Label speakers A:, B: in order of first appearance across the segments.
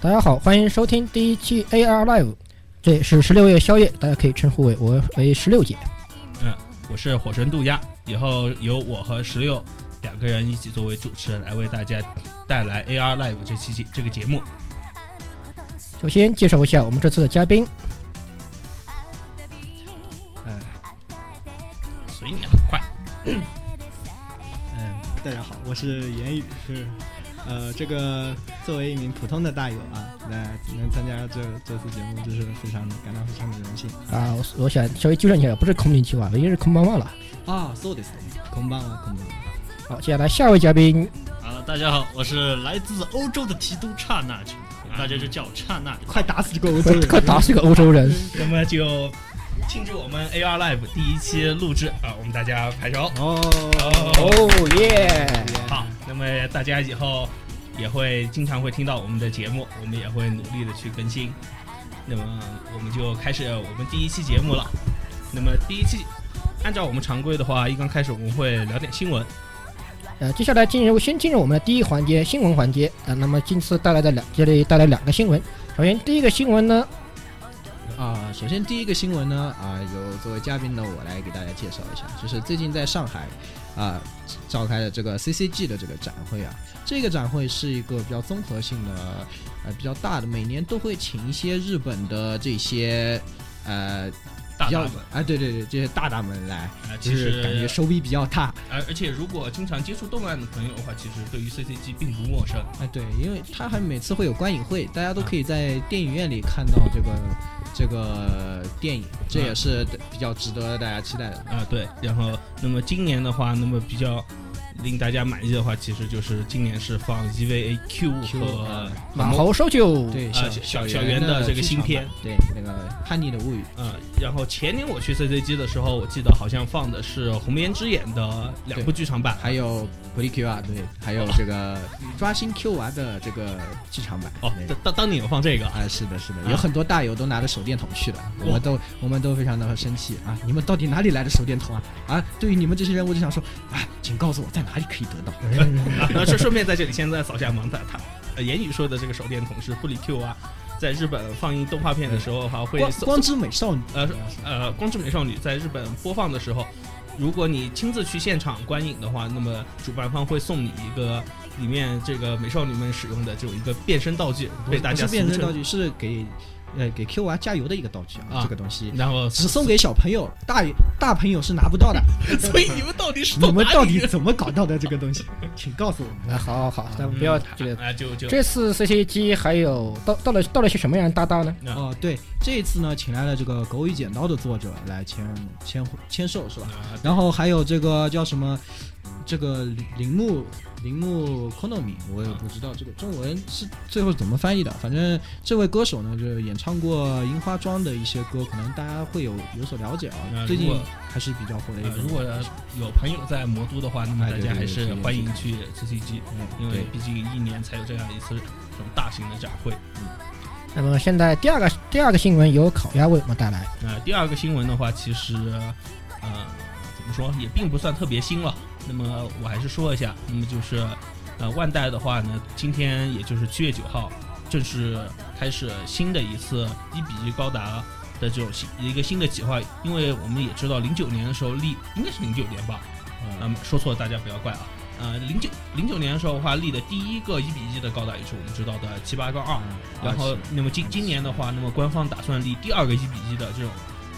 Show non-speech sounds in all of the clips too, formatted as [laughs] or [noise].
A: 大家好，欢迎收听第一期 AR Live，这是十六夜宵夜，大家可以称呼为我为十六姐。
B: 我是火神渡鸦，以后由我和石榴两个人一起作为主持人来为大家带来 AR Live 这期节这个节目。
A: 首先介绍一下我们这次的嘉宾，
B: 嗯，随你了，快。
C: 嗯，大家好，我是言语，是呃，这个作为一名普通的大友啊，那能参加这这次节目，就是非常感到非常的荣幸
A: 啊，我我想稍微纠正一下，不是空灵计划，已经是空棒棒了。
C: 啊。そうですね。こんばんは、こんばんは。
A: 好，接下来下一位嘉宾，
D: 啊，大家好，我是来自欧洲的提督刹那君，
C: 嗯
D: 大家就叫我刹那。
C: [laughs] 快打死这个欧洲人！
A: 快打死个欧洲人！
B: 那么就庆祝我们 AR Live 第一期录制啊，我们大家拍手。
C: 哦！
A: 哦耶！
C: 嗯
B: 好，那么大家以后也会经常会听到我们的节目，我们也会努力的去更新。那么我们就开始我们第一期节目了。那么第一期，按照我们常规的话，一刚开始我们会聊点新闻。
A: 呃，接下来进入先进入我们的第一环节新闻环节啊、呃那么今次带来的两这里带来两个新闻，首先第一个新闻呢，
C: 啊，首先第一个新闻呢，啊，由作为嘉宾呢，我来给大家介绍一下，就是最近在上海啊召开的这个 CCG 的这个展会啊，这个展会是一个比较综合性的，呃，比较大的，每年都会请一些日本的这些呃
B: 大
C: 比较
B: 大们
C: 啊，对对对，这些大大们来，
B: 啊，
C: 就
B: 其
C: 是感
B: 实
C: 觉收益比较大。
B: 而而且如果经常接触动漫的朋友的话，其实对于 CCG 并不陌生。
C: 哎，对，因为他还每次会有观影会，大家
B: 啊
C: 都可以在电影院里看到这个这个电影，这也是比较值得大家期待的。
B: 啊，对。然后，那么今年的话，那么比较令大家满意的话，其实就是今年是放 EVA Q 和
C: 啊
A: 马猴收购，
C: 对，
B: 啊小
C: 小
B: 小
C: 圆
B: 圆的这个
C: 剧
B: 新
C: 场
B: 片
C: 版，对那个《叛逆的物语》
B: 呃，然后前年我去 CCG 的时候，我记得好像放的是红颜之眼的两部剧场版，
C: 还有《普利 Q 啊，对，还有这个抓心 Q 娃的这个剧场版。
B: 嗯哦
C: 对，
B: 当当当年有放这个 [laughs] 啊，
C: 啊，是的，是
B: 啊
C: 的，有很多大友都拿着手电筒去了，我
B: 哇
C: 们都我们都非常的生气啊！你们到底哪里来的手电筒啊？啊，对于你们这些人，我就想说啊，请告诉我在哪里可以得到。
B: 那顺顺便在这里现在扫下盲袋，他呃言语说的这个手电筒是布里 Q 啊，在日本放映动画片的时候哈会
C: 光
B: 送
C: 光之美少女，
B: 呃呃，《光之美少女》在日本播放的时候，如果你亲自去现场观影的话，那么主办方会送你一个里面这个美少女们使用的这种一个变身道具，被大家
C: 不是变
B: 俗
C: 身
B: 称
C: 道具，是给呃给 Q 娃加油的一个道具啊，
B: 啊
C: 这个东西
B: 然
C: [laughs]
B: 后，
C: 只送给小朋友，大大朋友是拿不到的。
B: 所以你们到底是
C: 你们到
B: 哪里
C: 底怎么搞到的这个
B: [laughs]
C: 东西？请告诉我们。
A: 啊，好好好，咱
B: 嗯
A: 们不要这个。
B: 啊，就就
A: 这次 CCG 还有到到了到了些什么样的搭档呢？
B: 啊
C: 哦，对，这一次呢，请来了这个《狗与剪刀》的作者来签签签售是吧？
B: 啊
C: 然后还有这个叫什么，这个铃木铃木 Konomi，我也不知道这个中文是最后怎么翻译的。反正这位歌手呢，就是演唱过《樱花庄》的一些歌，可能大家会有有所了解啊。
B: 那
C: 最
B: 呃如
C: 近
B: 果
C: 还是比较火的一
B: 呃
C: 个。
B: 如果有朋友在魔都的话，那么
C: 哎
B: 大
C: 对
B: 家
C: 对
B: 还
C: 对
B: 是
C: 是的
B: 欢
C: 是
B: 迎
C: 的
B: 去 CCG，
C: 嗯
B: 因为
C: 对
B: 毕竟一年才有这样一次这种大型的展会。
A: 那么现在第二个第二个新闻由烤鸭为我们带来，
B: 那呃第二个新闻的话，其实，呃，怎么说也并不算特别新了。那么我还是说一下，那么就是，呃，万代的话呢，今天也就是七月九号，正式开始新的一次一比一高达的这种新一个新的企划。因为我们也知道，零九年的时候立应该是零九年吧，那
C: 嗯
B: 么说错了大家不要怪啊。呃，零九零九年的时候的话，立的第一个一比一的高达也是我们知道的七八杠二。然
C: 啊
B: 后，
A: 啊
B: 那么今今年的话，那么官方打算立第二个一比一的这种，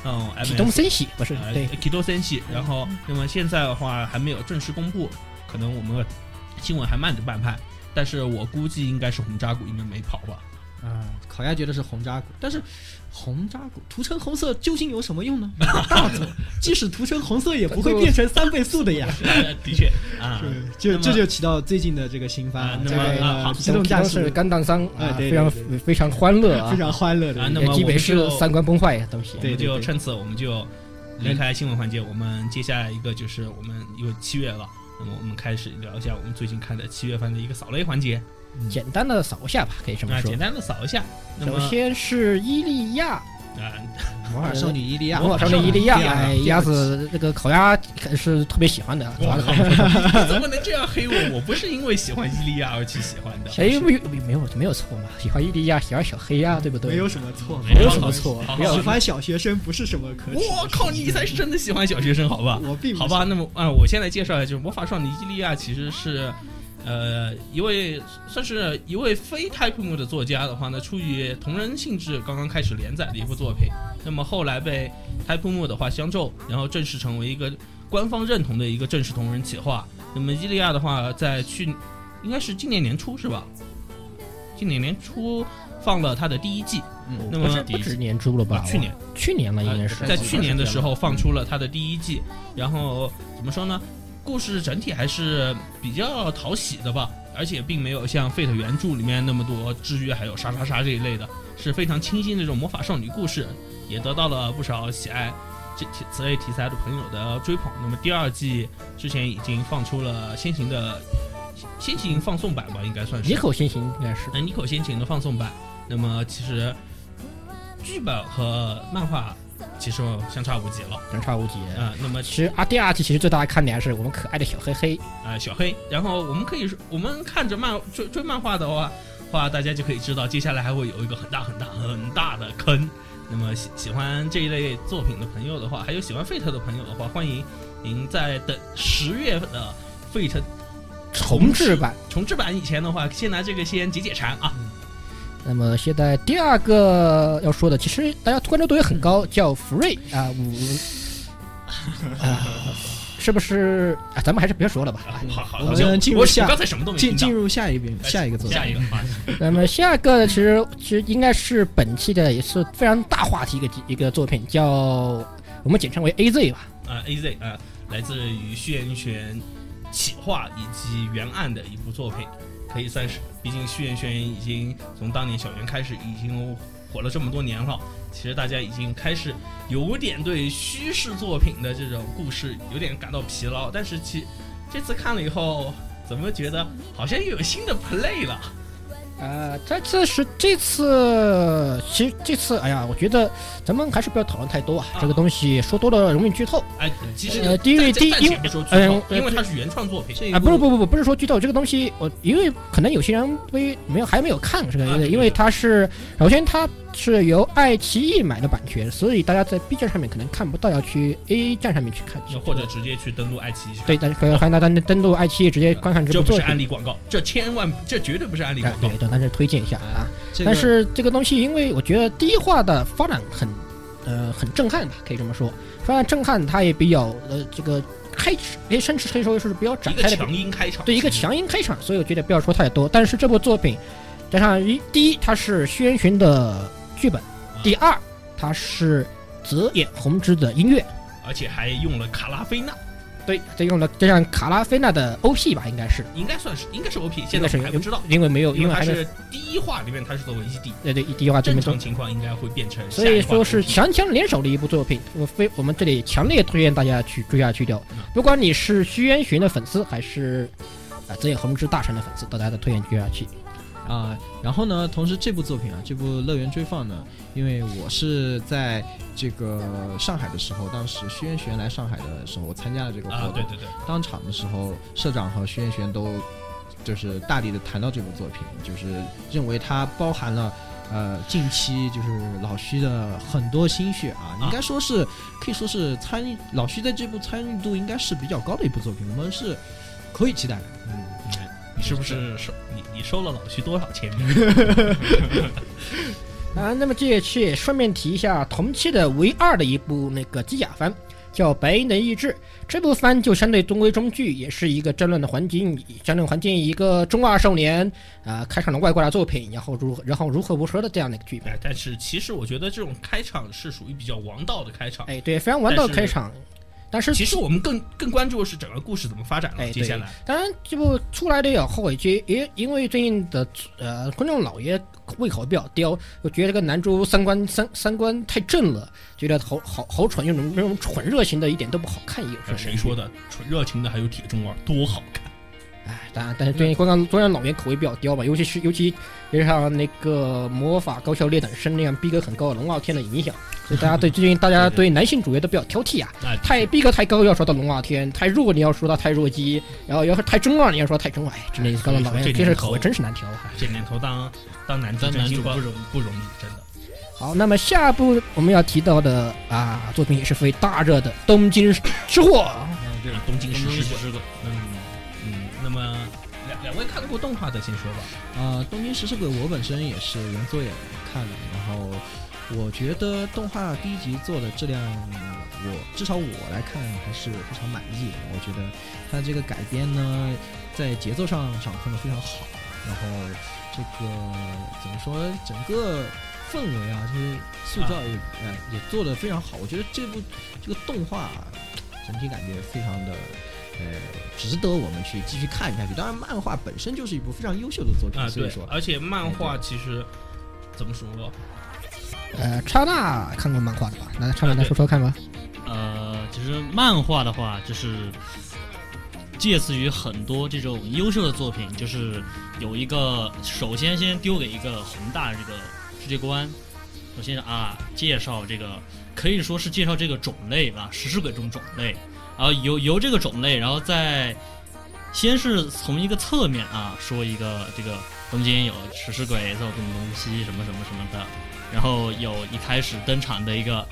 B: 嗯
A: 启
B: ，M
A: 动森喜不是
B: 呃
A: 对，嗯
B: 启动森系。然后，那么现在的话还没有正式公布，可能我们新闻还慢着半拍。但是我估计应该是红扎古应该没跑吧？
C: 啊，烤鸭觉得是红扎古，但是红扎古涂成红色究竟有什么用呢？大佐，即使涂成红色也不会变成三倍速的呀。
B: 呃的
A: [laughs]
B: 确啊，
C: 就
B: 那么
C: 这就提到最近的这个新番
B: 啊
C: 啊，
B: 那
C: 这
B: 么
C: 个
B: 啊好
C: 呃机动战
A: 是
C: 士
A: 钢弹三
C: 哎
A: 啊，
C: 对
A: 非常
C: 对对
A: 非常欢乐啊
C: 非，常欢乐的
B: 啊
C: 一
B: 那
C: 个。
B: 么
A: 也基
B: 我们
A: 本是
B: 就
A: 三观崩坏的东西。
B: 我
C: 对
B: 们就
C: 对
B: 趁此我们就
A: 嗯
B: 离开新闻环节，我们接下来一个就是我们因为七月了，那么我们开始聊一下我们最近看的七月番的一个扫雷环节
A: 简单的扫一下吧，可以这么
B: 啊，
A: 说
B: 简。单的扫一下。那
A: 首
B: 么
A: 先是伊利亚
B: 啊，
C: 魔法嗯少女伊利亚，
A: 魔法少女伊利亚，
C: 第二
A: 哎，
C: 第
A: 鸭
C: 二季
A: 子这个烤鸭是特别喜欢的， [laughs] 主要是烤鸭
B: 你怎么能这样黑我？我不是因为喜欢伊利亚而去喜欢的。
A: 谁没有没有没有错嘛？喜欢伊利亚，喜欢小黑呀，对不对？
E: 没有什么错，
B: 没有
A: 什么错
B: 好好
A: 不要
E: 喜欢小学生不是什么可耻的事情。
B: 我靠，你才是真的喜欢小学生，好吧？
E: 我并不
B: 好吧，那么啊、我先来介绍一下，就是魔法少女伊利亚其实是，呃，一位算是一位非 Type m 的作家的话呢，出于同人性质刚刚开始连载的一部作品，那么后来被 Type m 的话相咒，然后正式成为一个官方认同的一个正式同人企划。那么伊利亚的话，在去应该是今年年初是吧？今年年初放了他的第一季，
C: 嗯
B: 那
A: 不
B: 么
A: 是不止年初了吧
B: 啊？去年。
A: 去年了，应该是
B: 在去年的时候放出了它的第一季，然后怎么说呢？故事整体还是比较讨喜的吧，而且并没有像《Fate》原著里面那么多治愈还有杀杀杀这一类的，是非常清新的这种魔法少女故事，也得到了不少喜爱这题此类题材的朋友的追捧。那么第二季之前已经放出了先行的先行放送版吧，应该算是
A: 野口先行应该是
B: 那妮可先行的放送版，那么其实剧本和漫画其实相差无几了
A: 相差无几。
B: 啊、那么
A: 其实啊，第二季其实最大的看点还是我们可爱的小黑黑，
B: 啊、小黑，然后我们可以说，我们看着漫追追漫画的话，话大家就可以知道，接下来还会有一个很大很大很大的坑。那么喜喜欢这一类作品的朋友的话，还有喜欢 Fate 的朋友的话，欢迎您在等十月的 Fate
A: 重制版。
B: 重制版以前的话，先拿这个先解解馋啊。
A: 那么现在第二个要说的，其实大家关注度也很高，叫福瑞啊五啊，是不是啊？咱们还是别说了吧。
B: 啊好好，
C: 我们
B: 好像
C: 进入
B: 我
C: 下
B: 我刚才什么都没
C: 进
B: 听到
C: 进。入下一遍，下一个作品
B: 下一个话题。
A: 那么下个其实其实应该是本期的也是非常大话题一个一个作品，叫我们简称为 A Z 吧。
B: 啊，AZ 啊，来自于血缘玄企划以及原案的一部作品，可以算是，毕竟血缘玄已经从当年小圆开始已经火了这么多年了，其实大家已经开始有点对虚式作品的这种故事有点感到疲劳，但是其这次看了以后，怎么觉得好像又有新的 play 了？
A: 呃，这次是这次，其实这次，哎呀，我觉得咱们还是不要讨论太多啊，
B: 啊
A: 这个东西说多了容易剧透。
B: 哎，其实
A: 呃第一
B: 暂
A: 第一
B: 暂且不说剧
A: 哎
B: 透，
A: 我
B: 因为它是原创作品，
C: 这一
A: 啊，
C: 部
A: 不是不不不，不是说剧透，这个东西我因为可能有些人没没有还没有看这个
B: 啊
A: 因为
B: 对
A: 因为它是首先它是由爱奇艺买的版权，所以大家在 B 站上面可能看不到，要去 A 站上面去看，
B: 呃或者直接去登录爱奇艺去看。
A: 对，大家可以看到单登录爱奇艺直接观看这
B: 这
A: 部
B: 不
A: 作
B: 是
A: 品
B: 安。利广告，这千万这绝对不是安利
A: 啊
B: 广告
A: 对。对，但是推荐一下啊。
C: 这个
A: 但是这个东西，因为我觉得第一话的发展很，呃，很震撼吧，可以这么说。发展震撼，它也比较呃，这个开始，哎，甚至可以说是比较展
B: 一
A: 开
B: 个
A: 的，
B: 强音开场，
A: 对一个强音开场，所以我觉得不要说太多。但是这部作品，加上一第一，它是薛元群的剧本；
B: 啊
A: 第二，它是泽野弘之的音乐。
B: 而且还用了卡拉菲娜，
A: 对，这用了加上卡拉菲娜的 OP 吧，应该是，
B: 应该算是应该是 OP，
A: 应
B: 现
A: 该
B: 在
A: 是
B: 我还不知道，
A: 因为没有，
B: 因
A: 因
B: 为
A: 为
B: 它
A: 还没有呃
B: 是第一话里面它是作为 ED，
A: 对对，第一话这
B: 正
A: 边都
B: 常情况应该会变成下
A: 所
B: 一
A: 以
B: 话
A: 说
B: 的 OP。
A: 是强强联手的一部作品，我非我们这里强烈推荐大家去追下去掉。
B: 嗯
A: 不管你是徐渊玄的粉丝，还是啊泽野弘之大神的粉丝，大家都推荐追下去。
C: 啊、然后呢，同时这部作品啊，这部《乐园追放》呢，因为我是在这个上海的时候，当时薛元玄来上海的时候，我参加了这个活
B: 啊，
C: 动。
B: 对对对，
C: 当场的时候，社长和薛元玄都就是大力的谈到这部作品，就是认为它包含了。呃，近期就是老徐的很多心血啊，应该说是可以说是参与老徐在这部参与度应该是比较高的一部作品，我们是可以期待的。嗯
B: 你是不是收你你收了老徐多少钱？
A: [laughs] 啊，那么这一期也顺便提一下同期的唯二的一部那个机甲番，叫《白银的意志》。这部番就相对中规中矩，也是一个争论的环境，争论环境一个中二少年啊、开上了外挂的作品，然后如何然后如何无说的这样的一个剧本。
B: 哎，但是其实我觉得这种开场是属于比较王道的开场。
A: 哎，对，非常玩到开场，但是
B: 其实我们更更关注的是整个故事怎么发展
A: 哎
B: 了。接下来，
A: 当然，这部出来的也后悔，也也因为最近的呃观众老爷胃口比较刁，我觉得这个男主三观三三观太正了，觉得好好好蠢，那种那种蠢热型的一点都不好看，有时
B: 呃
A: 候
B: 谁说的？纯热情的还有铁中二，多好看！
A: 哎，当然，但是对于观看中央老员口味比较刁吧，尤其是尤其也像那个魔法高校猎等生那样逼格很高的龙傲天的影响，所以大家对最近大家对男性主义都比较挑剔啊。
B: 那
A: 太逼格太高要说到龙傲天，太弱你要说他太弱鸡，然后要是太中二你要说太中二，哎，真的，刚才老员真是口味真是难挑啊。
B: 这年头当当男主
D: 当
B: 真
D: 男
B: 心
D: 主
B: 不
D: 不
B: 容
D: 容
B: 不容易，真的。
A: 好，那么下一部我们要提到的啊作品也是非常大热的《东京吃货》，
B: 啊东京食尸鬼，
D: 是个
B: 嗯嗯，那么两两位看过动画的先说吧。
C: 呃，《东京食尸鬼》我本身也是原作也看了，然后我觉得动画第一集做的质量，我至少我来看还是非常满意的。我觉得它这个改编呢，在节奏上掌控的非常好，然后这个怎么说，整个氛围啊，就是塑造也、
B: 嗯
C: 呃也做的非常好。我觉得这部这个动画啊整体感觉非常的。呃，值得我们去继续看下去。当然，漫画本身就是一部非常优秀的作品，
B: 啊，
C: 所以
B: 对
C: 说，
B: 而且漫画
C: 哎
B: 其实怎么说？
A: 呃，刹那看过漫画的吧？那刹那来说说看吧。
D: 呃，其实漫画的话，就是借此于很多这种优秀的作品，就是有一个首先先丢给一个宏大的这个世界观，首先啊介绍这个可以说是介绍这个种类吧，食尸鬼这种种类，然后由由这个种类，然后再先是从一个侧面啊说一个这个东京有食尸鬼这种东西什么什么什么的，然后有一开始登场的一个。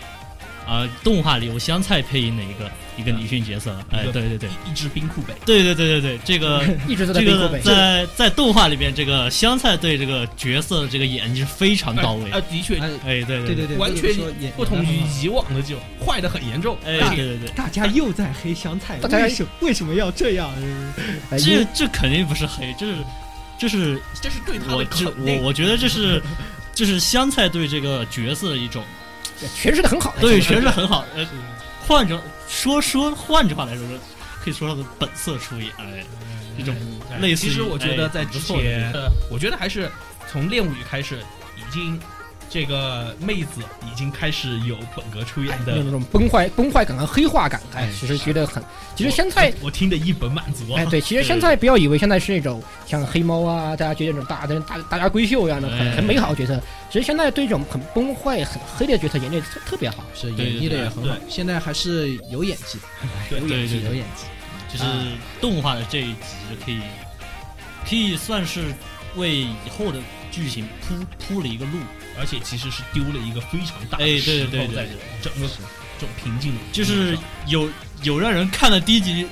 D: 啊，动画里有香菜配音的一个一个女性角色，哎，对对对，
B: 啊一一嗯只冰库北，
D: 对对对对对，
B: [laughs]
D: 这个
A: 一直都在
D: 这
A: 背后
D: 个
A: 背。
D: 在在动画里边，这个香菜对这个角色的这个演技是非常到位。
B: 啊，的确
C: 哎
D: 哎，对对
C: 对对对，
B: 完
C: 就
B: 全
C: 是说演
B: 不同于以往的这种坏的很严重。
D: 哎，
B: 但
D: 对对对，
E: 大家又在黑香菜，
A: 大家
E: 为什为什么要这样？
A: 哎
D: 这这肯定不是黑，这是这是
B: 这是对他
D: 我
B: 的
D: 这
B: 肯
D: 我
B: 定。
D: 我觉得这是这是香菜对这个角色的一种
A: 诠释的很好。
B: 哎
D: 对
A: 是吧
D: 诠释很好。呃，换成说说换句话来说，可以说他的本色出演，哎，这种
B: 哎
D: 类似于
B: 其实我觉得在之前
D: 哎不错，
B: 呃我觉得还是从练武语开始，已经这个妹子已经开始有本格出演
A: 有
D: 哎
B: 的。
A: 那种崩坏、崩坏感和黑化感，哎
C: 哎，
A: 其实觉得很，其实香菜，
B: 我，我听得一本满足啊
A: 哎，。对，其实香菜不要以为香菜是那种像黑猫啊，大家觉得那种大大大家闺秀一样的很
D: 哎
A: 很美好的角色，其实香菜对这种很崩坏、很黑的角色演绎得特特别好。
C: 是
D: 对
C: 演绎的也很好
B: 对，
C: 现在还是有演技，
B: 对
C: 有
D: 哎对
C: 演技，
D: 对
C: 有演技。
D: 就是
C: 啊
D: 动画的这一集就可以可以算是为以后的剧情铺铺了一个路。
B: 而且其实是丢了一个非常大
D: 哎
B: 的石
D: 对
B: 头
D: 对对
B: 在
D: 对
B: 整个
C: 是
B: 这种平静的路上，
D: 就是有有让人看了第一集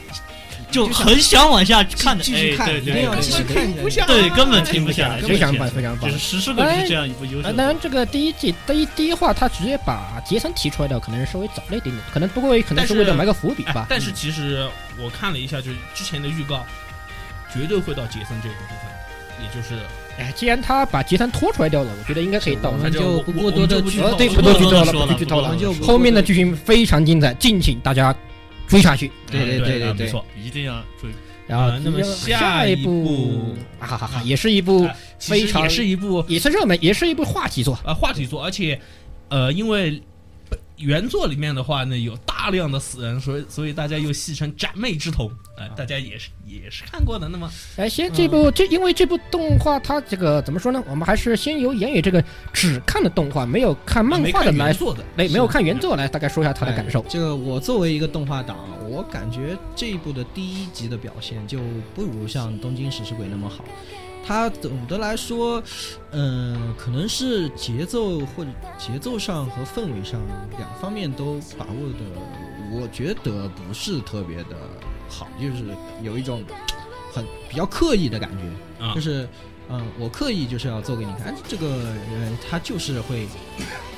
D: 就
C: 就想
D: 很想往下看的，
C: 继续看
D: 哎，对
C: 一定
D: 对
C: 要
D: 对
C: 继续看下去
D: 对，根本停不下来，
A: 非常
D: 这个
A: 棒，
D: 片子
A: 非常棒
D: 就。是实施鬼就是这样一部优秀
A: 啊，
D: 的。
A: 当然，这个第一季第一第一话，他直接把杰森提出来的，可能是稍微早了一点点，可能不过可能是为了埋个伏笔
B: 哎
D: 啊
A: 吧。
B: 但
D: 嗯
B: 是其实我看了一下，就是之前的预告，绝对会到杰森这个部分，也就是
A: 哎，既然他把杰森拖出来掉了，我觉得应该可以到
C: 我
A: 了。
C: 们就不过多的剧
A: 呃
C: 透，
A: 对
D: 不
A: 多剧
D: 多多
A: 透了，
D: 说
A: 不
D: 了
A: 剧透了
D: 不。
C: 就
A: 后面的剧情非常精彩，敬请大家追下去。
C: 对对
B: 哎
C: 对
B: 对
C: 对
B: 啊
C: 对
B: 没错。
D: 一定要注意，
A: 然后
B: 啊那么
A: 下
B: 下
A: 一
B: 一
A: 部
B: 部，
A: 啊哈哈哈，也是一部
B: 啊，其
A: 非
B: 实
A: 常
B: 也是一部
A: 也是热门，也是一部话题作。
B: 呃话题作，而且呃，因为原作里面的话呢，有大量的死人，所以所以大家又戏称“斩妹之瞳”，呃，大家也是也是看过的。那么
A: 哎，先
B: 嗯
A: 这部这因为这部动画它这个怎么说呢？我们还是先由言语这个只看的动画，没有看漫
B: 啊没
A: 画
B: 看
A: 的
B: 原
A: 来，
B: 作的，
A: 没没有看原作来大概说一下他的感受
C: 哎。这个我作为一个动画党，我感觉这一部的第一集的表现就不如像《东京食尸鬼》那么好。它总的来说，嗯、可能是节奏或者节奏上和氛围上两方面都把握的，我觉得不是特别的好，就是有一种很比较刻意的感觉。
B: 啊
C: 就，是，嗯，我刻意就是要做给你看，哎这个人他就是会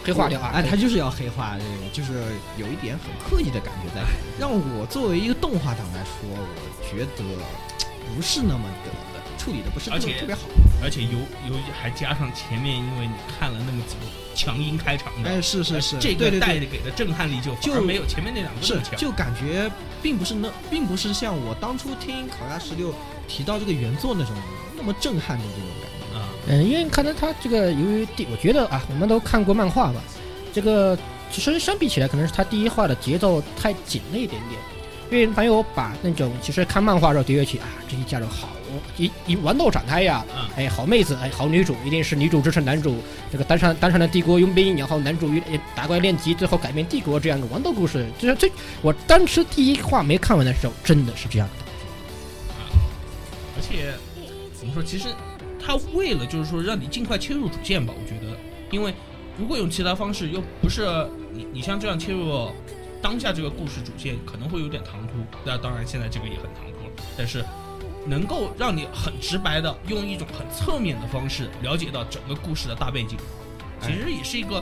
A: 黑化掉啊！
C: 哎，他就是要黑化，这个就是有一点很刻意的感觉在。
B: 哎
C: 让我作为一个动画党来说，我觉得不是那么的处理的不是那么
B: 而且
C: 特别好，
B: 而且由由于还加上前面，因为你看了那么几部强音开场的，
C: 哎，是是是，
B: 嗯这
C: 对
B: 个
C: 对
B: 带
C: 对，
B: 给的震撼力就反而
C: 就
B: 没有前面那两个那
C: 是
B: 么强。
C: 就感觉并不是那，并不是像我当初听考拉十六提到这个原作那种那么震撼的这种感觉。
B: 啊，
A: 嗯，因为可能他这个由于第，我觉得啊，我们都看过漫画吧，这个其实相比起来，可能是他第一话的节奏太紧了一点点。因为网友把那种其实看漫画的时候的确去啊，这一家人好一一豌豆展开呀
B: 嗯，
A: 哎，好妹子，哎，好女主，一定是女主支持男主，这个单上单上的帝国佣兵，然后男主与哎打怪练级，最后改变帝国这样一个豌豆故事，就是这我当时第一话没看完的时候，真的是这样的。
B: 而且怎么说，其实他为了就是说让你尽快切入主线吧，我觉得，因为如果用其他方式，又不是你你像这样切入当下这个故事主线，可能会有点唐突。那当然，现在这个也很唐突了，但是。能够让你很直白的用一种很侧面的方式了解到整个故事的大背景，其实也是一个，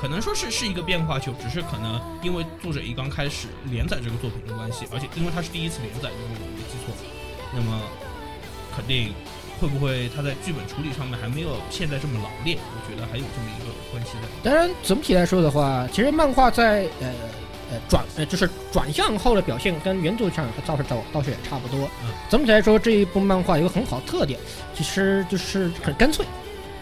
B: 可能说是是一个变化球，只是可能因为作者一刚开始连载这个作品的关系，而且因为它是第一次连载，如果我没记错，那么肯定会不会他在剧本处理上面还没有现在这么老练？我觉得还有这么一个关系在。
A: 当然，总体来说的话，其实漫画在呃呃转呃就是转向后的表现跟原作上倒是倒倒是也差不多。
B: 嗯
A: 总体来说，这一部漫画有个很好的特点，其实就是很干脆，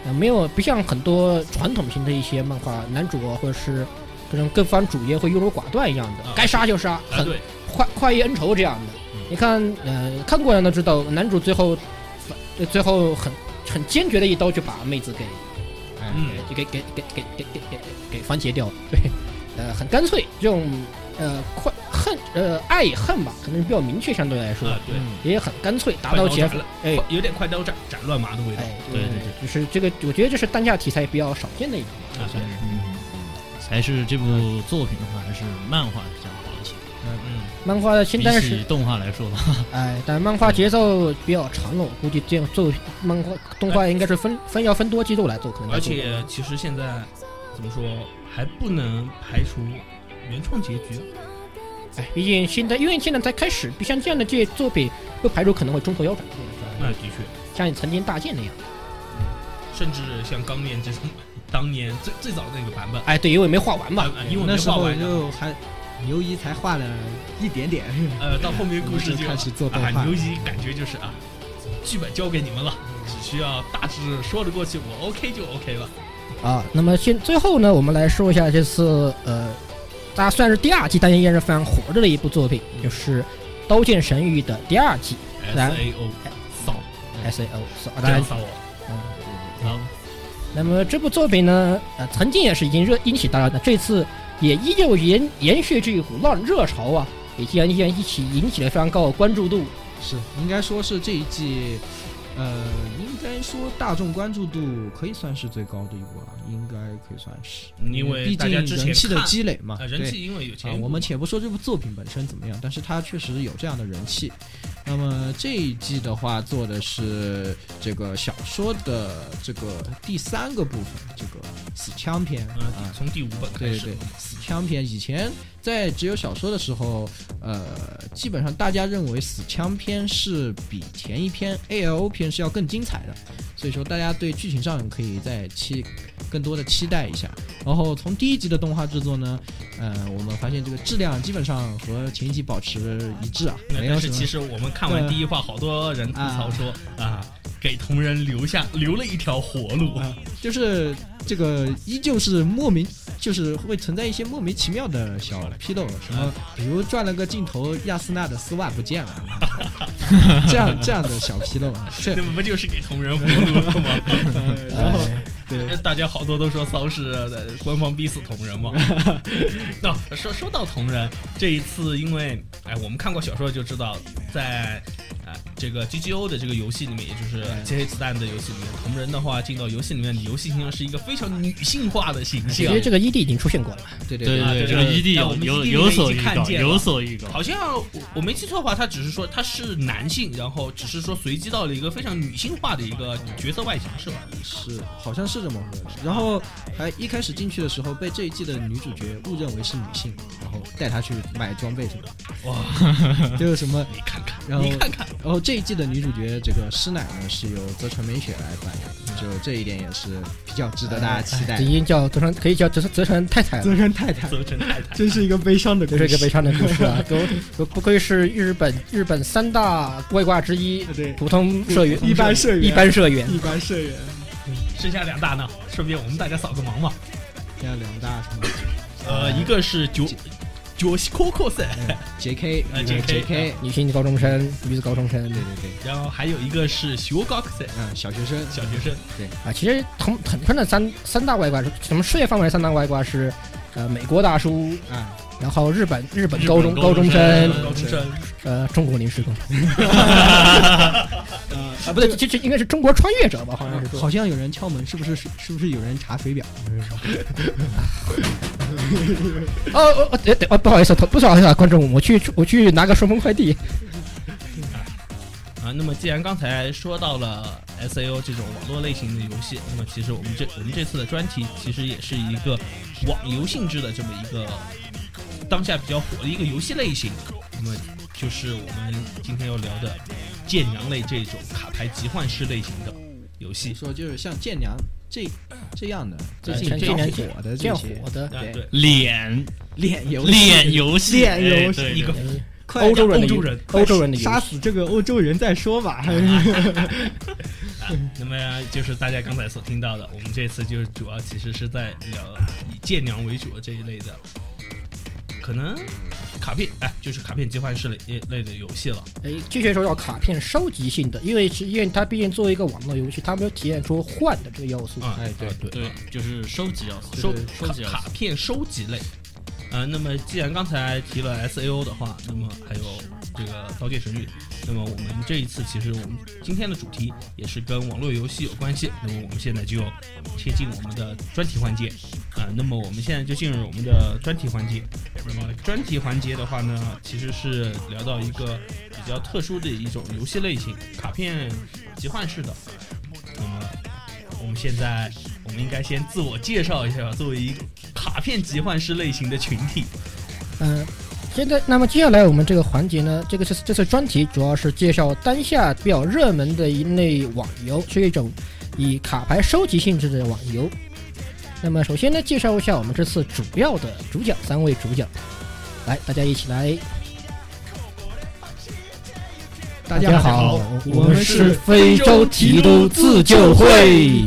A: 呃，没有不像很多传统型的一些漫画，男主啊或者是这种各方主角会优柔寡断一样的
B: 啊，
A: 该杀就杀，
B: 啊，
A: 很
B: 对，
A: 快快意恩仇这样的
B: 嗯。
A: 你看，呃，看过的人都知道，男主最后，呃最后很很坚决的一刀就把妹子给
B: 嗯，
A: 就给给给给给给给给番茄掉了，对，呃，很干脆，这种呃快恨呃爱与恨吧，可能比较明确，相对嗯来说
B: 啊，对，
A: 也很干脆，达
B: 快
A: 到
B: 刀
A: 结
B: 斩
A: 果，
B: 了，
A: 哎
B: 快有点快刀斩斩乱麻的味道。
A: 哎，
D: 对对
A: 对，就是这个，我觉得这是当下题材比较少见的一种。
D: 哎
B: 啊，对，
D: 还是这部作品的话，还是漫画比较好一些，
B: 嗯，
A: 漫画的现在
D: 比
A: 是
D: 起动画来说吧。
A: 哎，但漫画节奏比较长了，我估计这样做漫画动画应该是分分要分多季度来做，可能
B: 哎而
A: 要做
B: 且其实现在怎么说，还不能排除原创结局。
A: 哎，毕竟现在因为现在才开始，不像这样的这些作品，不排除可能会中途腰斩，
B: 那的确，
A: 像你曾经大剑那样。
B: 甚至像《钢炼》这种当年最最早那个版本，
A: 哎，对，因为没画完嘛
B: 啊，因为我
E: 那
B: 没
E: 时
B: 画
E: 候
B: 完呢，
E: 就还牛一才画了一点点，
B: 呃，到后面故
C: [laughs]
B: 事就
E: 就开始做动
B: 啊，
E: 画
B: 牛，一感觉就是啊，剧本交给你们了，只需要大致说得过去，我 OK 就 OK 了。
A: 啊，那么现最后呢，我们来说一下这次呃，大家算是第二季，但依然是非常活着的一部作品，就是《刀剑神域》的第二季
B: S
A: 然
B: A O 扫，
A: S A O。扫
B: 真
A: 大家
B: 扫我，
C: 嗯
D: 然
C: 啊
D: 后
A: 那么这部作品呢，呃，曾经也是已经热引起大家的，这次也依旧延延续这一股浪热潮啊，也依然依然一起引起了非常高的关注度。
C: 是应该说是这一季，呃，应该说大众关注度可以算是最高的一部啊，应该可以算是，
B: 嗯因为
C: 毕
B: 大
C: 竟
B: 家之前
C: 人气的
B: 看
C: 积累嘛，
B: 啊，人
C: 对
B: 气因为有
C: 啊
B: 前，
C: 我们且不说这部作品本身怎么样，但是它确实有这样的人气。那么这一季的话，做的是这个小说的这个第三个部分，这个死枪篇
B: 嗯
C: 啊，，
B: 从第五本开
C: 对
B: 始
C: 对，死枪篇。以前在只有小说的时候，呃，基本上大家认为死枪篇是比前一篇 A L O 篇是要更精彩的，所以说大家对剧情上可以再期更多的期待一下。然后从第一集的动画制作呢，呃，我们发现这个质量基本上和前一集保持一致啊，
B: 那
C: 没有
B: 但
C: 什
B: 是
C: 么
B: 其实我们看完
C: 对
B: 第一话，好多人吐槽说啊，给同人留下留了一条活路。
C: 啊，就是这个依旧是莫名，就是会存在一些莫名其妙的小纰漏，什么比如转了个镜头，亚丝娜的丝袜不见 [laughs] 了，这样这样的小纰漏，啊
B: [laughs]
C: 这
B: 那不就是给同人活路吗？
C: [laughs] 然后
B: 呃大家好多都说骚是呃官方逼死同人嘛。那、说说到同人，这一次因为哎，我们看过小说就知道，在啊、这个 GGO 的这个游戏里面，也就是《切黑子弹》的游戏里面，同人的话进到游戏里面，游戏形象是一个非常女性化的形
A: 其
B: 象
A: 实。这个异地已经出现过了，
C: 对对
D: 对
B: 啊
D: 对，
B: 对
D: 这个
B: 对
D: 一地
B: 但
D: 有
B: 我们
D: 有
B: 异地
D: 有
B: 已
D: 所
B: 经
D: 预
B: 看
D: 告，
B: 见了
D: 有所预告。
B: 好像我我没记错的话，他只是说他是男性，然后只是说随机到了一个非常女性化的一个角色外形，是吧？
C: 是好像是这么回事。然后还一开始进去的时候，被这一季的女主角误认为是女性，然后带她去买装备什 [laughs] 么的，
B: 哇，
C: 就是什么。
B: 你看看，
C: 然后
B: 你看看，
C: 然后这一季的女主角这个师奶呢是由泽城美雪来扮演，就这一点也是比较值得大家期待
A: 已。经叫泽川，可以叫泽泽川太太了。
E: 责任太太，
B: 泽城太太。
E: 真是一个悲伤的故
A: 这是一个悲
E: 事。
A: 伤的故事啊，都都不愧是日本日本三大外挂之一，
E: 对，
A: 普通社员、
E: 一般社员，
A: 一般社员。
E: 一般社员，
B: 剩下两大呢，顺便我们大家扫个盲嘛。
C: 现在两大什么？
B: 呃呃，一个是九脚西可可噻。
C: 嗯 J.K.
B: 啊
C: 一个
B: JK
C: J.K.
A: 女性高中生、女子高中生
C: 对对对，
B: 然后还有一个是小高噻，
C: 嗯，小学生，
B: 小学生。
A: 啊，其实同腾川的三三大外挂，什么事业范围三大外挂是，呃，美国大叔，
C: 啊，
A: 然后日本日本
D: 日本
A: 高中
D: 高
A: 中
D: 中生
A: 生，
B: 高中生，
A: 呃，中国临时工，啊，不对，这这应该是中国穿越者吧？好
C: 啊
A: 像是说
E: 好像有人敲门，是不是？是不是有人查水表？
A: 哦哦哦，对对，哦，不好意思，同不好意思啊，观众，我去我去拿个顺丰快递。
B: 啊，那么既然刚才说到了 S A O 这种网络类型的游戏，那么其实我们这我们这次的专题其实也是一个网游性质的这么一个当下比较火的一个游戏类型，那么就是我们今天要聊的剑娘类这种卡牌集幻式类型的游戏。
C: 说就是像剑娘这这样的，最
A: 哎
C: 近比
A: 这
C: 较
A: 两
C: 火的
A: 这
C: 这
A: 样
C: 些
A: 火的
B: 啊，对，
D: 脸
E: 脸游
D: 脸
E: [laughs]
D: 游戏，
E: 脸
D: 哎
E: 游戏
D: 对
B: 一个
E: 快
A: 欧洲人的
B: 欧洲
A: 游
B: 人
A: 欧洲人的游
E: 杀
A: 戏，哎
E: 死这个欧洲人再说吧。
C: [laughs]
B: 啊，那么就是大家刚才所听到的，我们这次就是主要其实是在聊以剑娘为主的这一类的，可能卡片哎，就是卡片交换式类类的游戏了。
A: 哎，继续说到卡片收集性的，因为是因为它毕竟作为一个网络游戏，它没有体验出换的这个要素。
B: 啊，
C: 哎对
B: 啊对
D: 对，就是收集要素，
B: 收
D: 收集要素啊
B: 卡卡片收集类。呃，那么既然刚才提了 S A O 的话，那么还有这个《刀剑神域》，那么我们这一次其实我们今天的主题也是跟网络游戏有关系。那么我们现在就切进我们的专题环节啊、那么我们现在就进入我们的专题环节。那么专题环节的话呢，其实是聊到一个比较特殊的一种游戏类型——卡片集换式的。那么我们现在我们应该先自我介绍一下吧，作为一个卡片集换式类型的群体，
A: 嗯，现在那么接下来我们这个环节呢，这个是这次专题主要是介绍当下比较热门的一类网游，是一种以卡牌收集性质的网游。那么首先呢，介绍一下我们这次主要的主角三位主角，来，大家一起来。大
E: 家
A: 好，
E: 我们是
A: 非
B: 洲提督
A: 自救会。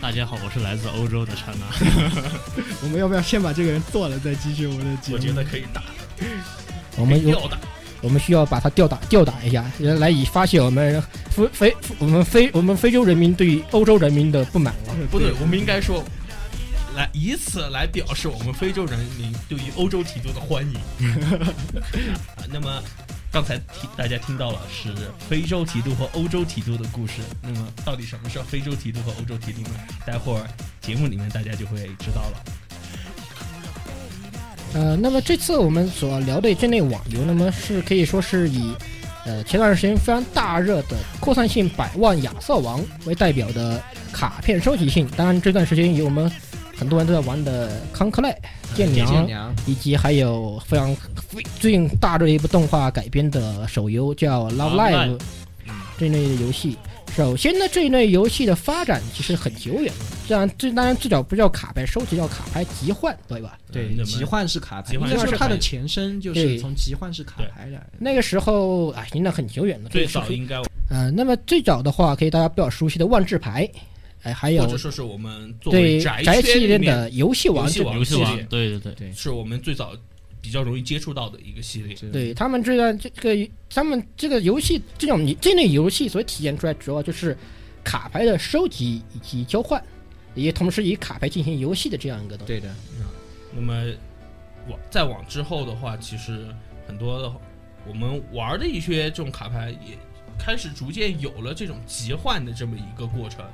D: 大家好，我是来自欧洲的刹那。
E: 我们要不要先把这个人做了，再继续我们的节目？
B: 我觉得可以打，
A: 我
B: 我
A: 们有
B: 吊打。
A: 我们需要把它吊打吊打一下，来以发泄我们非非我们非我们非洲人民对于欧洲人民的不满啊了。
B: 不对，我们应该说，来以此来表示我们非洲人民对于欧洲提督的
A: [laughs]
B: 欢迎。啊，那么刚才提大家听到了是非洲提督和欧洲提督的故事。那么到底什么是非洲提督和欧洲提督呢？待会儿节目里面大家就会知道了。
A: 呃，那么这次我们所聊的这类网游，那么是可以说是以呃前段时间非常大热的扩散性百万亚瑟王为代表的卡片收集性，当然这段时间有我们很多人都在玩的康克赖剑
C: 剑
A: 娘。
C: 娘，
A: 以及还有非常非最近大热的一部动画改编的手游叫《Love
D: Love
A: Live
D: Live》
A: 这一类的游戏。首先呢，这一类游戏的发展其实很久远了，这样这当然最早不叫卡牌收集，叫卡牌集换，对吧？
C: 对
B: 嗯，那么
C: 集幻式卡牌，
B: 集
C: 应
B: 幻
A: 式
C: 该说
A: 卡牌
C: 它的前身就
A: 对
C: 是从集幻式卡牌来的。
A: 那个时候啊，已经很久远了。这
B: 最
A: 个
B: 早
A: 是可以
B: 应该
A: 呃，那么最早的话，可以大家比较熟悉的万智牌，哎，还有
B: 或者说是我们作为
A: 对宅
B: 圈
A: 系
B: 里
A: 列
B: 面
A: 的游戏王
B: 游戏
A: 这
B: 王
D: 游戏
B: 系
D: 王
B: 列，
D: 对对对，
B: 是我们最早比较容易接触到的一个系列。
A: 对他们这段这个他们这个游戏这种这类游戏所体现出来，主要就是卡牌的收集以及交换，也同时以卡牌进行游戏的这样一个东西。
C: 对的，
B: 那么往再往之后的话，其实很多的我们玩的一些这种卡牌也开始逐渐有了这种集换的这么一个过程。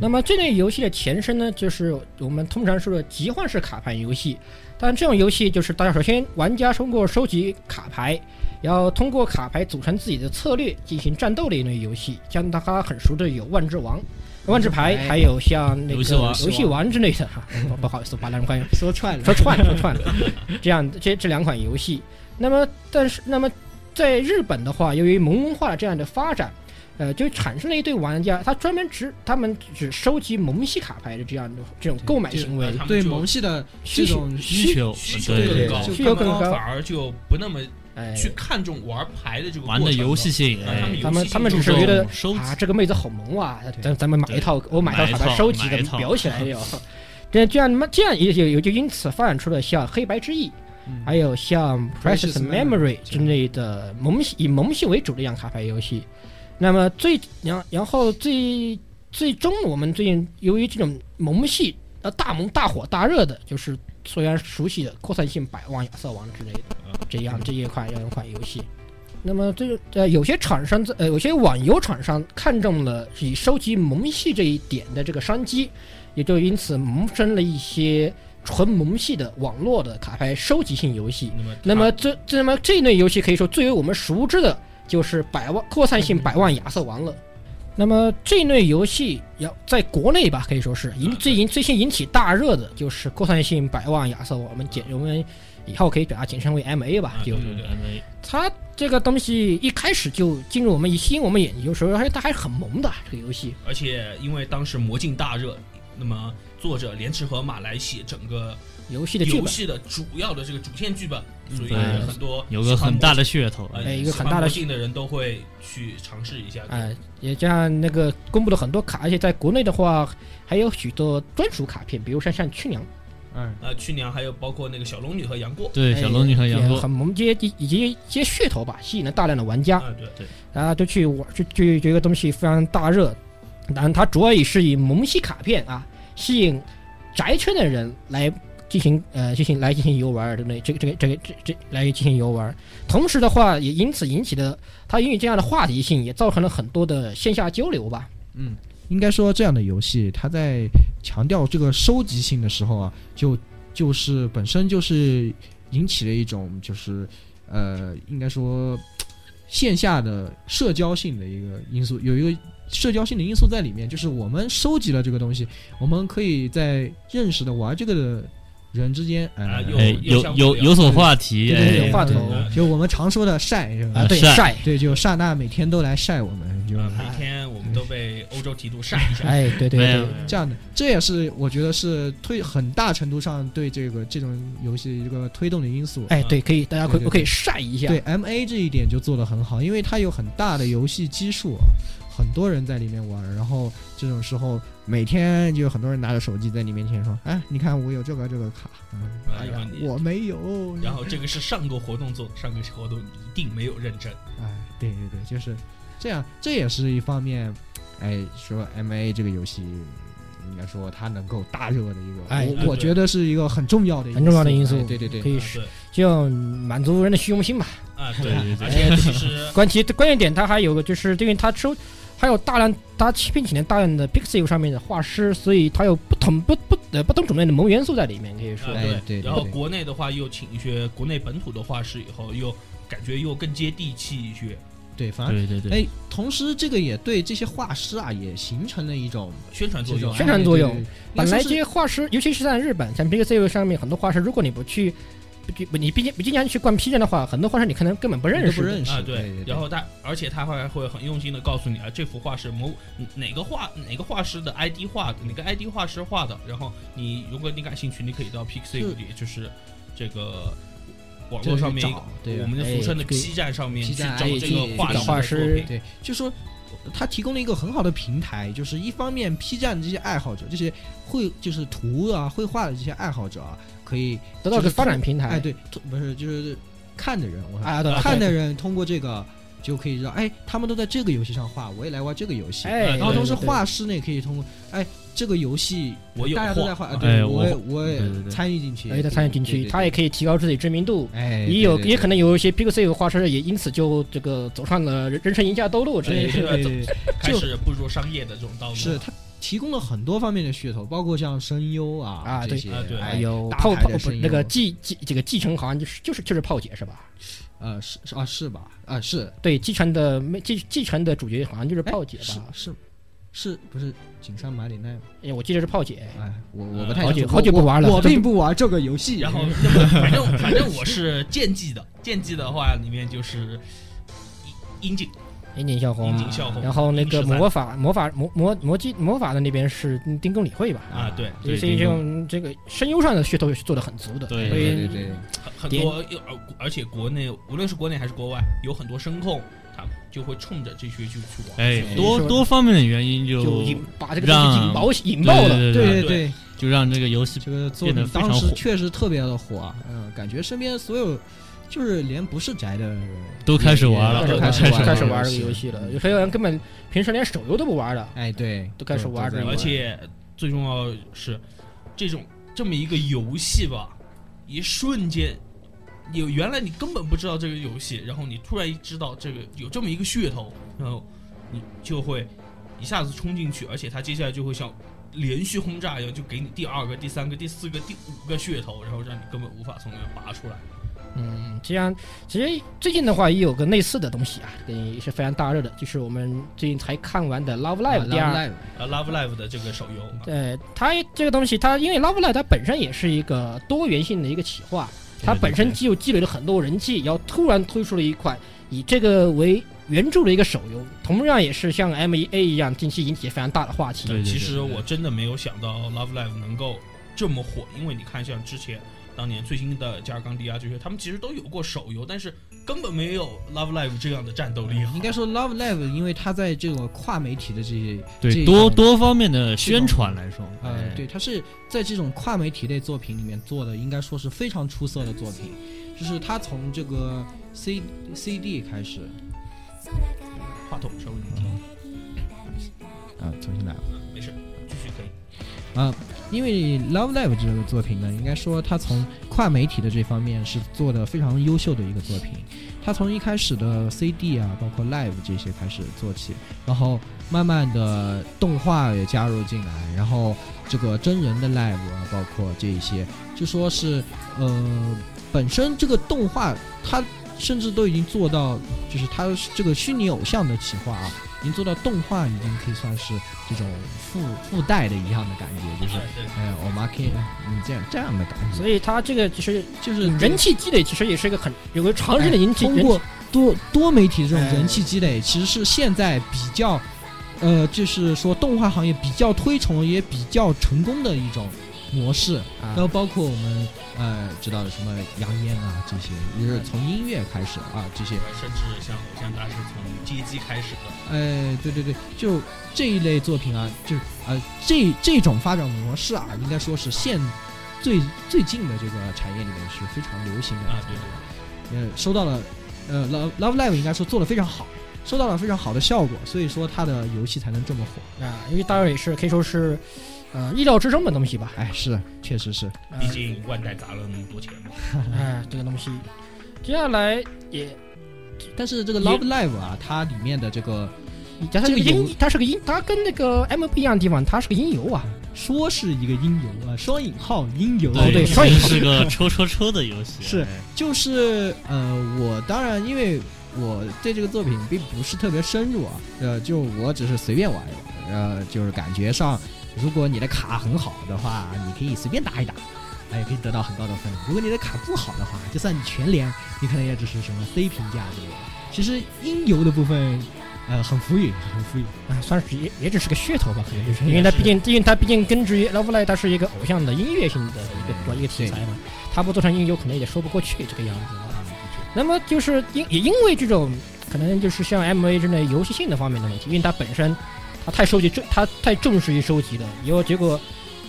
A: 那么这类游戏的前身呢，就是我们通常说的集换式卡牌游戏。但这种游戏就是大家首先玩家通过收集卡牌，然后通过卡牌组成自己的策略进行战斗的一类游戏，像大家很熟的有万智王、万智牌，还有像那个
D: 游戏王
A: 游戏王之类的。哈，不不好意思，把两款
E: 说串了，
A: 说串说串， [laughs] 这样这这两款游戏。那么，但是那么在日本的话，由于萌萌化这样的发展，呃，就产生了一堆玩家，他专门只他们只收集萌系卡牌的这样的这种购买行为
B: 呃，他们
C: 对
B: 就
C: 萌系的
A: 需
C: 这
A: 求
C: 种嗯
D: 需求呃
B: 需求
D: 对
C: 对
B: 更
C: 对
B: 高，
A: 需求
B: 他们
A: 更高
B: 反而就不那么
A: 哎，
B: 去看重玩牌的这个
D: 玩的
B: 过程
D: 游戏
B: 了。
D: 性，
B: 哎
D: 哎，
A: 他们他们只是
D: 注
A: 觉得
D: 重收集
A: 啊啊，这个妹子好萌哇，咱咱们买一套，我买一套
D: 买一
A: 卡
D: 套
A: 牌收集
D: 买一
A: 的
D: 套
A: 裱起来要。这这样那么这样也也也就因此发展出了像黑白之翼，
C: 嗯
A: 还有像
C: Precious
A: Precious Memory
C: Memory
A: 之类的萌系以萌系为主的样卡牌游戏。那么最然然后最最终我们最近由于这种萌系呃大萌大火大热的，就是虽然熟悉的扩散性百万亚瑟王之类的这样这一款这样一款游戏。那么这个呃有些厂商在呃有些网游厂商看中了以收集萌系这一点的这个商机，也就因此萌生了一些纯萌系的网络的卡牌收集性游戏。
B: 那么
A: 那么这这么这一类游戏可以说最为我们熟知的就是百万扩散性
B: 嗯
A: 百万亚瑟王了。那么这一类游戏要在国内吧，可以说
B: 啊
A: 是引最引最先引起大热的就是扩散性百万亚瑟王，我们简我们以后可以把它简称为 MA 吧
B: 啊，
A: 就
B: 对对对
D: 对，
A: 它这个东西一开始就进入我们一吸引我们眼球的时候，还它还是很萌的这个游戏。
B: 而且因为当时《魔镜》大热，那么作者莲池和马来写整个
A: 游戏的剧
B: 游
A: 本，
B: 戏的主要的这个主线剧本，所以
D: 对
B: 很多
D: 有个很大的噱头，
B: 呃
A: 哎一个很大的
B: 魔镜的人都会去尝试一下。
A: 哎、也这样那个公布了很多卡，而且在国内的话还有许多专属卡片，比如说像去娘。
C: 嗯，
B: 呃，去年还有包括那个小龙女和杨过，
D: 对，
A: 哎
D: 小龙女和杨
A: 也
D: 过，
A: 很萌，接以以及一些噱头吧，吸引了大量的玩家，
B: 啊，对，
A: 然后都去玩，就就这个东西非常大热。然后它主要也是以萌系卡片啊，吸引宅圈的人来进行呃进行来进行游玩，对不对？这个这个这个这这来进行游玩。同时的话，也因此引起了它因为这样的话题性，也造成了很多的线下交流吧。
C: 应该说这样的游戏，它在强调这个收集性的时候啊，就就是本身就是引起了一种就是呃，应该说线下的社交性的一个因素，有一个社交性的因素在里面，就是我们收集了这个东西，我们可以在认识的玩这个的人之间，哎、
B: 啊又
D: 哎，
B: 又
D: 有
B: 像
D: 有
B: 不了
D: 有所话题，
A: 对对
D: 哎
A: 有，话头
C: 对就我们常说的晒是吧？
A: 啊，对，
D: 晒
A: 晒，
C: 对，就刹那每天都来晒我们，就
B: 啊，每天我们都被欧洲提督晒一下。
A: 哎，对对
D: 没
A: 对
D: 有，
C: 这样的，这也是我觉得是推很大程度上对这个这种游戏一个推动的因素。
A: 哎，对，可以，大家可
C: 对对
A: 以
C: 对
A: 可以晒一下。
C: 对 M A 这一点就做得很好，因为它有很大的游戏基数啊，很多人在里面玩，然后这种时候每天就有很多人拿着手机在你面前说：“哎，你看我有这个这个卡。嗯”
B: 啊
C: 哎
B: 然
C: 呀
B: 后，你
C: 我没有。
B: 然后这个是上个活动做，上个活动一定没有认真。
C: 哎，对对对，就是这样，这也是一方面。哎，说 M A 这个游戏，应该哎说它能够大热的一个，
A: 哎
C: 我我觉得是一个很重要的
A: 很重要的因素
C: 哎对对对
A: 可，以
B: 啊对
A: 就满足人的虚荣心吧。
B: 啊，
D: 对对对
B: 而且其实
A: 关其关键点，它还有个就是，因为它收，还有大量它聘请了大量的 Pixiv 上面的画师，所以它有不同不不呃不同种类的萌元素在里面，可以说
B: 啊，
C: 哎对对
B: 然后
C: 对
B: 国内的话又请一些国内本土的画师，以后又感觉又更接地气一些，
C: 对，反而
D: 对对对，
C: 哎，同时这个也对这些画师啊，也形成了一种
B: 宣传作
C: 这
B: 用
C: 种
B: 啊。
A: 宣传作用。
C: 哎对对对
A: 本来
C: 应
A: 这
C: 该说是
A: 些画师，尤其是在日本，像 Pixiv 上面很多画师，如果你不去，不不你毕竟不经常去逛 P 站的话，很多画师你可能根本不
C: 你
A: 认
C: 都
A: 识。
C: 不认识
B: 啊，
C: 对对，对
B: 然后他，而且他还会很用心的告诉你啊，这幅画是某哪个画哪个画师的 ID 画，哪个 ID 画师画的。然后你如果你感兴趣，你可以到 Pixiv 里，就是这个网络上面
C: 就
B: 一
C: 是
B: 个
C: 找对
B: 我们就俗称的
A: 哎可以
B: P 站上面去
C: P 站
B: 找这个
C: 哎
B: 画
A: 找画
B: 师的作品
A: 师
C: 对，就说它提供了一个很好的平台，就是一方面 P 站这些爱好者，这些绘就是图啊绘画的这些爱好者啊，可以
A: 得到一个发展平台。
C: 哎对，通不是就是看的人，我
A: 啊，对，
C: 看的
A: 对，
C: 人通过这个就可以知道，哎，他们都在这个游戏上画，我也来玩这个游戏。
A: 哎，
D: 然
C: 然后
A: 对
C: 同时，
A: 对
C: 画师呢，也可以通过，哎，这个游戏
B: 我有
C: 大家都在
B: 画
C: 画，对
D: 哎
C: 我也
D: 我
C: 我也
D: 对对对
C: 参与进去，
A: 对哎，他参与进
C: 对
A: 去，
C: 对
A: 他也可以提高自己知名度。
C: 哎，
A: 也有，
C: 对对
A: 也可能有一些 Pixiv 画师也因此就这个走上了人人生赢家道路之类
C: 对
A: 的。 [laughs]
C: 对对对，
B: 开始步入商业的这种道路。
C: 是他提供了很多方面的噱头，包括像声优啊
A: 啊
C: 这
A: 对
C: 些
B: 啊，对
A: 哎
C: 哎
A: 呦，
C: 大
A: 泡
C: 牌
A: 泡
C: 的
A: 不
C: 声优
A: 那个继继这个继承好像就是就是就是炮姐是吧？
C: 呃是是啊是吧啊是
A: 对，继承的没继继承的主角好像就是炮姐
C: 是
A: 吧？
C: 是是不是井上麻里奈吗？
A: 哎，我记得是炮姐。
C: 哎，我我
D: 啊
C: 不太
A: 好
C: 清
A: 久
C: 楚
A: 好久不玩了，
E: 我并
A: [laughs]
E: 不玩这个游戏。
B: 然后，那么反正反正我是剑技的，剑技的话里面就是樱樱井
A: 樱井孝宏
B: 樱。井孝宏，
A: 然后那
B: 樱
A: 个
B: 井十三
A: 魔法魔法魔魔魔技魔法的那边是丁宫理惠吧？
B: 啊，对，
A: 所以
D: 对丁
A: 就这个声优上的噱头是做的很足的。
D: 对
A: 所
C: 对
A: 以
C: 对对，
B: 很很
A: 点
B: 多，又而而且国内无论是国内还是国外，有很多声控，他们就会冲着这些去去玩。
D: 哎
C: 所以，
D: 多
A: 说
D: 多方面的原因
A: 就
D: 就
A: 引把这个东西
D: 让
A: 引爆引爆了。
C: 对
D: 对对
C: 对对，
D: 就让这个游戏
C: 这个作
D: 变
C: 品
D: 得非常
C: 当时
D: 火
C: 确实特别的火啊，嗯、感觉身边所有就是连不是宅的人
D: 都开始玩
C: 也
D: 了
A: 开始开始
C: 都开玩
A: 开始
C: 这个
A: 玩这个
C: 游戏
A: 游戏了，有些人根本平时连手游都不玩的，
C: 哎，对，
A: 都开始玩
C: 都
A: 这个
B: 而
C: 在
B: 且最重要的是，这种这么一个游戏吧，一瞬间，有原来你根本不知道这个游戏，然后你突然一知道这个有这么一个噱头，然后你就会一下子冲进去，而且它接下来就会像连续轰炸一样，就给你第二个、第三个、第四个、第五个噱头，然后让你根本无法从里面拔出来。
A: 嗯，这样其实最近的话也有个类似的东西啊，也是非常大热的，就是我们最近才看完的《Love
C: 啊
A: Live》第二
C: Love Live
B: 啊，Love Live 的这个手游，
A: 呃，它这个东西，它因为 Love Live 它本身也是一个多元性的一个企划，它本身就积累了很多人气，然后突然推出了一款以这个为原著的一个手游，同样也是像 M E A 一样，近期引起非常大的话题。
D: 对对对
B: 其实我真的没有想到 Love Live 能够这么火，因为你看像之前当年最新的《加尔冈迪亚》这些，他们其实都有过手游，但是根本没有 Love Live 这样的战斗力好。
C: 嗯应该说 Love Live，因为它在这种跨媒体的这些这种
D: 对多多方面的宣传来说，哎
C: 呃，对，它是在这种跨媒体类作品里面做的，应该说是非常出色的作品。就是它从这个 C C D 开始，
B: 话筒稍微能听，
C: 啊，重新来吧。
B: 没事，继续可以。
C: 啊，因为《Love Live》这个作品呢，应该说它从跨媒体的这方面是做的非常优秀的一个作品。它从一开始的 CD 啊，包括 Live 这些开始做起，然后慢慢的动画也加入进来，然后这个真人的 Live 啊，包括这一些，就说是呃，本身这个动画它甚至都已经做到，就是它这个虚拟偶像的企划啊，已经做到动画已经可以算是这种附附带的一样的感觉，就是
B: 对
C: 哎呀，我妈可以，嗯，这样这样的感觉，
A: 所以它这个其实
C: 就是
A: 人气积累，其实也是一个很有个长时间的引起
C: 哎通
A: 人
C: 过多多媒体的这种
A: 哎
C: 人气积累，其实是现在比较，呃，就是说动画行业比较推崇也比较成功的一种模式。
A: 啊
C: 然后包括我们呃知道的什么杨烟啊这些，就是从音乐开始啊这些，
B: 呃甚至像偶像大师从街机开始的，
C: 哎，对对对，就这一类作品啊，就是呃这这种发展模式啊，应该说是现最最近的这个产业里面是非常流行的
B: 啊，对对
C: 呃，收到了，呃，Love Love Live 应该说做的非常好，收到了非常好的效果，所以说它的游戏才能这么火。
A: 啊，因为当然也是可以说是，呃，意料之中的东西吧。
C: 哎，是，确实是。
A: 呃
B: 毕竟万代砸了那么多钱嘛。
A: 哎，这个东西，接下来也
C: 但是这个 Love Live 啊，它里面的这个
A: 它是个
C: 这个游
A: 音，它是个音，它跟那个 M 不一样的地方，它是个音游啊。
C: 说是一个音游啊，双引号音游，
A: 对
D: 其
A: 所以
D: 实哦是个抽抽抽的游戏，
C: 是
D: 哎
C: 就是呃，我当然因为我对这个作品并不是特别深入啊，呃，就我只是随便玩一玩，呃，就是感觉上，如果你的卡很好的话，你可以随便打一打，哎，可以得到很高的分；如果你的卡不好的话，就算你全连，你可能也只是什么 C 评价之类的。其实音游的部分，呃，很浮云，很浮云。
A: 啊，算是也也只是个噱头吧，可能就是因为它毕竟，因为它毕竟根植于 Love Live，它是一个偶像的音乐性的一个主要一个题材嘛，它不做成音游可能也说不过去这个样子啊。那么就是因也因为这种可能就是像 M A 之类游戏性的方面的问题，因为它本身它太收集重，它太重视于收集了，以后结果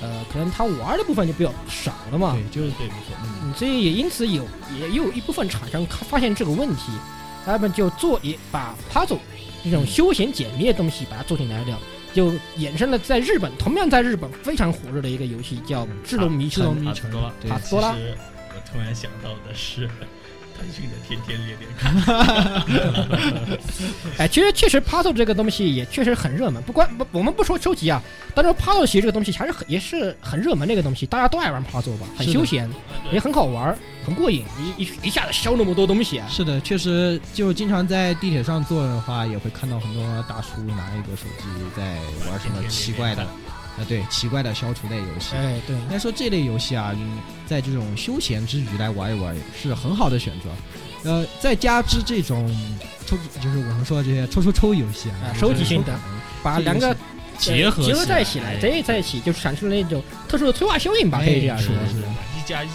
A: 呃可能它玩的部分就比较少了嘛，
C: 对，就是
B: 对，没错。
A: 嗯，所以也因此有也有一部分厂商看发现这个问题，他们就做也把 puzzle 这种休闲解谜的东西把它做进来了，就衍生了在日本同样在日本非常火热的一个游戏叫《嗯啊智龙迷城》。
D: 塔斯多拉
C: 对
A: 塔
B: 其
A: 斯
B: 实
A: 多拉
B: 我突然想到的是，腾讯的天天练练。
A: 哎，其实确实 puzzle 这个东西也确实很热门，不光不我们不说收集啊，但是 puzzle 其实这个东西还是很也是很热门的一个东西，大家都爱玩 puzzle 吧，很
C: 是的
A: 休闲，也很好玩，很过瘾，一一一下子消那么多东西啊。
C: 是的，确实，就经常在地铁上坐的话，也会看到很多大叔拿一个手机在玩什么奇怪的，啊，对，奇怪的消除类游戏。
A: 哎，对，
C: 应该说这类游戏啊，你在这种休闲之余来玩一玩是很好的选择。呃，再加之这种抽，就是我们说的这些抽抽抽游戏
A: 啊，
C: 啊
A: 收集性的
C: 抽卡
A: 把两个
D: 结合
A: 结合在一起
D: 起
A: 来，
D: 哎
A: 这在一起就产生了一种特殊的催化效应吧，
C: 哎
A: 可以这样
C: 是
A: 说，
C: 的，是的。
B: 一加一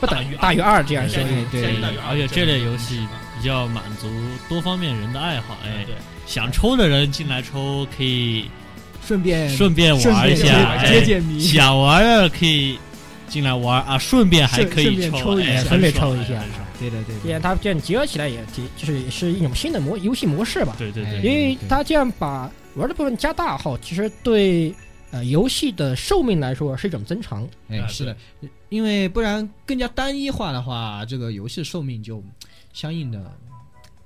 A: 不等于
B: 大
A: 大
B: 于
A: 于二这样
B: 对
A: 说
C: 哎。对
D: 对
B: 真的有，
D: 而且这类游戏比较满足多方面人的爱好，哎，
B: 对，
D: 想抽的人进来抽，可以
E: 顺便
D: 顺便玩
E: 顺便
D: 一下，
E: 解
D: 哎
E: 解解谜
D: 想玩儿可以进来玩儿啊，顺便还可以
E: 顺顺便抽一
D: 哎
E: 下
D: 很
A: 顺便
D: 爽
A: 抽一下
D: 哎很爽
C: 对的对
A: 也
C: 的，
A: 它这样结合起来也挺就是也是一种新的模游戏模式吧。
D: 对对
C: 哎
D: 对，
A: 因为它这样把玩的部分加大后，其实对呃游戏的寿命来说是一种增长。
C: 哎
B: 啊
C: 是的，因为不然更加单一化的话，这个游戏寿命就相应的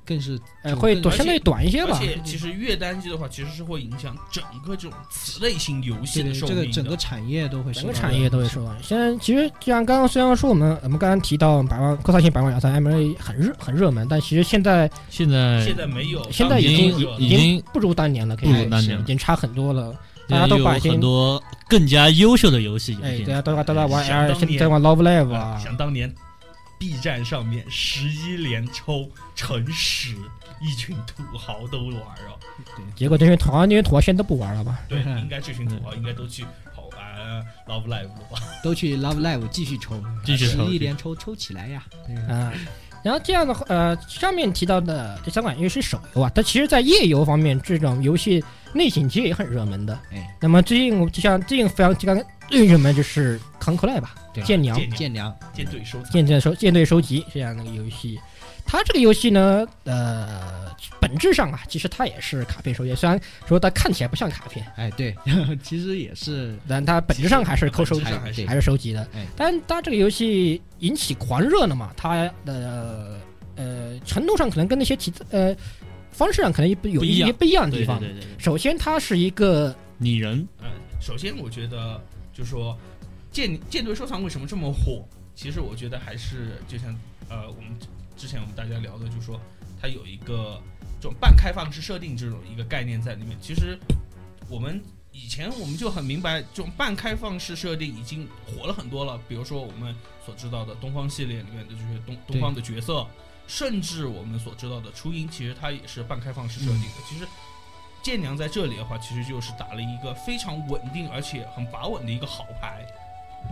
C: 更是
A: 呃，会
C: 多
A: 短相对短一些
B: 而
A: 吧。
B: 且其实越单机的话，其实是会影响整个这种此类型游戏
C: 对
B: 的
C: 对
B: 寿
C: 这
B: 命
C: 个
B: 的。
C: 整个产业都会
A: 整
C: 受
A: 个
C: 到
A: 产业都会受到。现在其实就像刚刚虽然说我们我们刚刚提到百万科创性百万两三 M A 很热很热门，但其实现在
D: 现在
B: 现在没有，
A: 哎现在已
D: 已
A: 经
D: 经
A: 已
D: 已
A: 经
D: 经
A: 不如当年了，可以
D: 不
A: 说
D: 如当年
A: 已
D: 了
B: 嗯
A: 经差很多了。大
D: 现
A: 家
D: 在
A: 都
D: 有
A: 把已经
D: 很多更加优秀的游戏
A: 哎，
D: 已
A: 大
D: 经
A: 家都都在玩
B: 想当
A: L，现
B: 年
A: 在玩 Love Live
B: 啊
A: 啊，
B: 想当年，B 站上面十一连抽乘十，一群土豪都玩啊。
A: 结果这些土豪那些土豪现在都不玩了吧？
B: 对，
C: 嗯
B: 应该这群土豪应该都去跑玩 Love Live 啊了
A: 嗯
B: 吧？
C: 都去 Love Live 继续抽，
D: 继续抽
C: 一连抽抽起来呀！
B: 嗯
A: 啊、然后这样的话，呃，上面提到的这三款因为是手游啊，它其实在页游方面，这种游戏类型其实也很热门的。
C: 哎，
A: 那么最近我就像最近非常刚刚最热门就是《康克赖》吧，
C: 对
A: 剑娘
B: 啊剑
C: 剑娘，
B: 舰队收藏，
A: 舰队收舰队收集这样的一个游戏。它这个游戏呢，呃，本质上啊，其实它也是卡片手游，虽然说它看起来不像卡片，
C: 哎，对， [laughs] 其实也是
A: 但它本质上还是抠收集
B: 本质，上还是
C: 对
A: 还是收集的
C: 哎。
A: 但它这个游戏引起狂热了嘛，它的呃程度上可能跟那些其他呃方式上可能有有
D: 不
A: 一
D: 一样
A: 些不一样的
D: 对
A: 地
D: 对
A: 方。
D: 对对，对
A: 首先，它是一个
D: 拟人
B: 嗯，首先我觉得就说舰舰队收藏为什么这么火？其实我觉得还是就像呃，我们之前我们大家聊的，就说它有一个这种半开放式设定这种一个概念在里面。其实我们以前我们就很明白，这种半开放式设定已经火了很多了。比如说我们所知道的东方系列里面的就是东东方的角色，甚至我们所知道的初音，其实它也是半开放式设定的。其实剑娘在这里的话，其实就是打了一个非常稳定而且很把稳的一个好牌。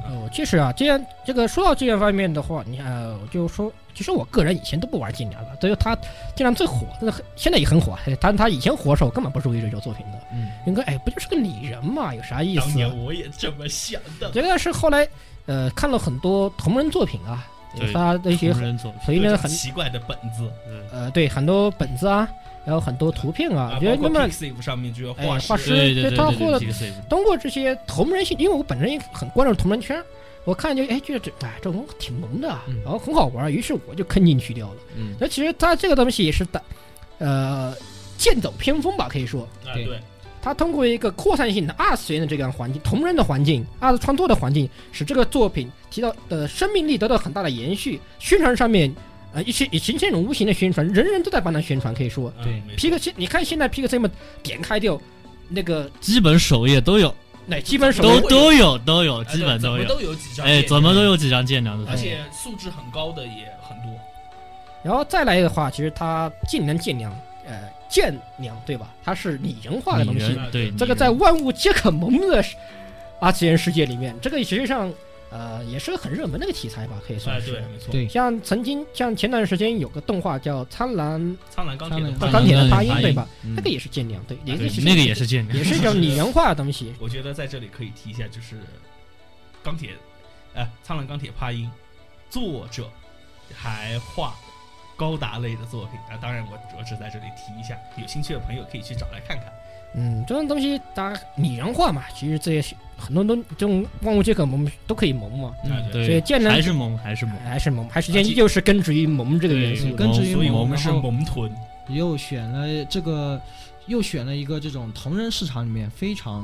A: 哦，确实啊，这样这个说到这个方面的话，你看，呃我就说，其实我个人以前都不玩剑娘了，所以它剑娘最火，但是很现在也很火，哎但它以前火的时候，我根本不是为这种作品的。
C: 嗯，
A: 应该哎，不就是个拟人嘛，有啥意
B: 当
A: 思啊
B: 年？我也这么想的。
A: 这个是后来呃看了很多同人作品啊，有
D: 对
A: 他的一些
D: 同人作品，
A: 所以呢
B: 各种
A: 很
B: 奇怪的本子
D: 嗯
A: 呃对很多本子啊，然后很多图片啊，
B: 啊，
A: 我觉
B: 包
A: 得
B: 括
A: 那么
B: Pixiv 上面就有
A: 哎
B: 画
A: 画
B: 师
A: 师
D: 对对
A: 这
D: 对
A: 他
D: 对
A: 获得
D: 对，这个 save
A: 通过这些同人性，因为我本身也很关注同人圈儿，我看就哎觉得这哎这种挺萌的啊，
C: 嗯
A: 然后很好玩儿，于是我就坑进去掉了。
C: 嗯，
A: 那其实他这个东西也是打呃剑走偏锋吧，可以说。
B: 啊，
C: 对
B: 对，
A: 它通过一个扩散性的二次元的这样环境、同人的环境、二次创作的环境，使这个作品提到的生命力得到很大的延续。宣传上面，呃，一些也形成一种无形的宣传，人人都在帮他宣传，可以说
B: 啊
C: 对
B: 没
A: 皮克西，你看现在皮克西们点开掉那个，
D: 基本首页都有，
A: 那基本手
D: 都
A: 游
D: 都有都有，
B: 啊
D: 基
B: 对
D: 本
B: 怎
D: 都
B: 么
D: 有，
B: 都有几张，哎
D: 哎，怎么都，有几张剑娘
B: 而
D: 的，
B: 且素质很高的也很多。
A: 然后再来的话，其实它尽量尽量，呃，见娘对吧？它是拟人化的
D: 拟
A: 东西，
D: 人对
A: 这个在万物皆可萌的世二次元世界里面，这个实际上呃也是个很热门的一个题材吧，可以
B: 哎，
A: 算是。
B: 对，没错。
C: 对
A: 像曾经，像前段时间有个动画叫《苍兰
B: 苍兰钢铁的
C: 苍
B: 话，
A: 钢铁的
D: 苍
A: 八
D: 兰
A: 音
D: 八》，音啊
A: 对吧？
C: 嗯
A: 那个也是剑娘，对，也
D: 对
A: 是
D: 那个也是剑娘，
A: 也是一种拟人化的东西。
B: 我觉得在这里可以提一下，就是钢铁，呃，苍兰钢铁帕音，作者还画高达类的作品啊。当然我，我只在这里提一下，有兴趣的朋友可以去找来看看。
A: 嗯，这种东西它拟人化嘛，其实这些很多都这种万物皆可萌，都可以萌嘛。
C: 嗯
B: 啊对
A: 所以
D: 对，
A: 剑娘
D: 还是萌还是萌，
A: 还是萌，还是依旧是根植于萌这个元素
D: 啊对
A: 的。
C: 根嗯植于
B: 所以
C: 萌
B: 我们是
C: 然后
B: 萌臀，
C: 又选了这个，又选了一个这种同人市场里面非常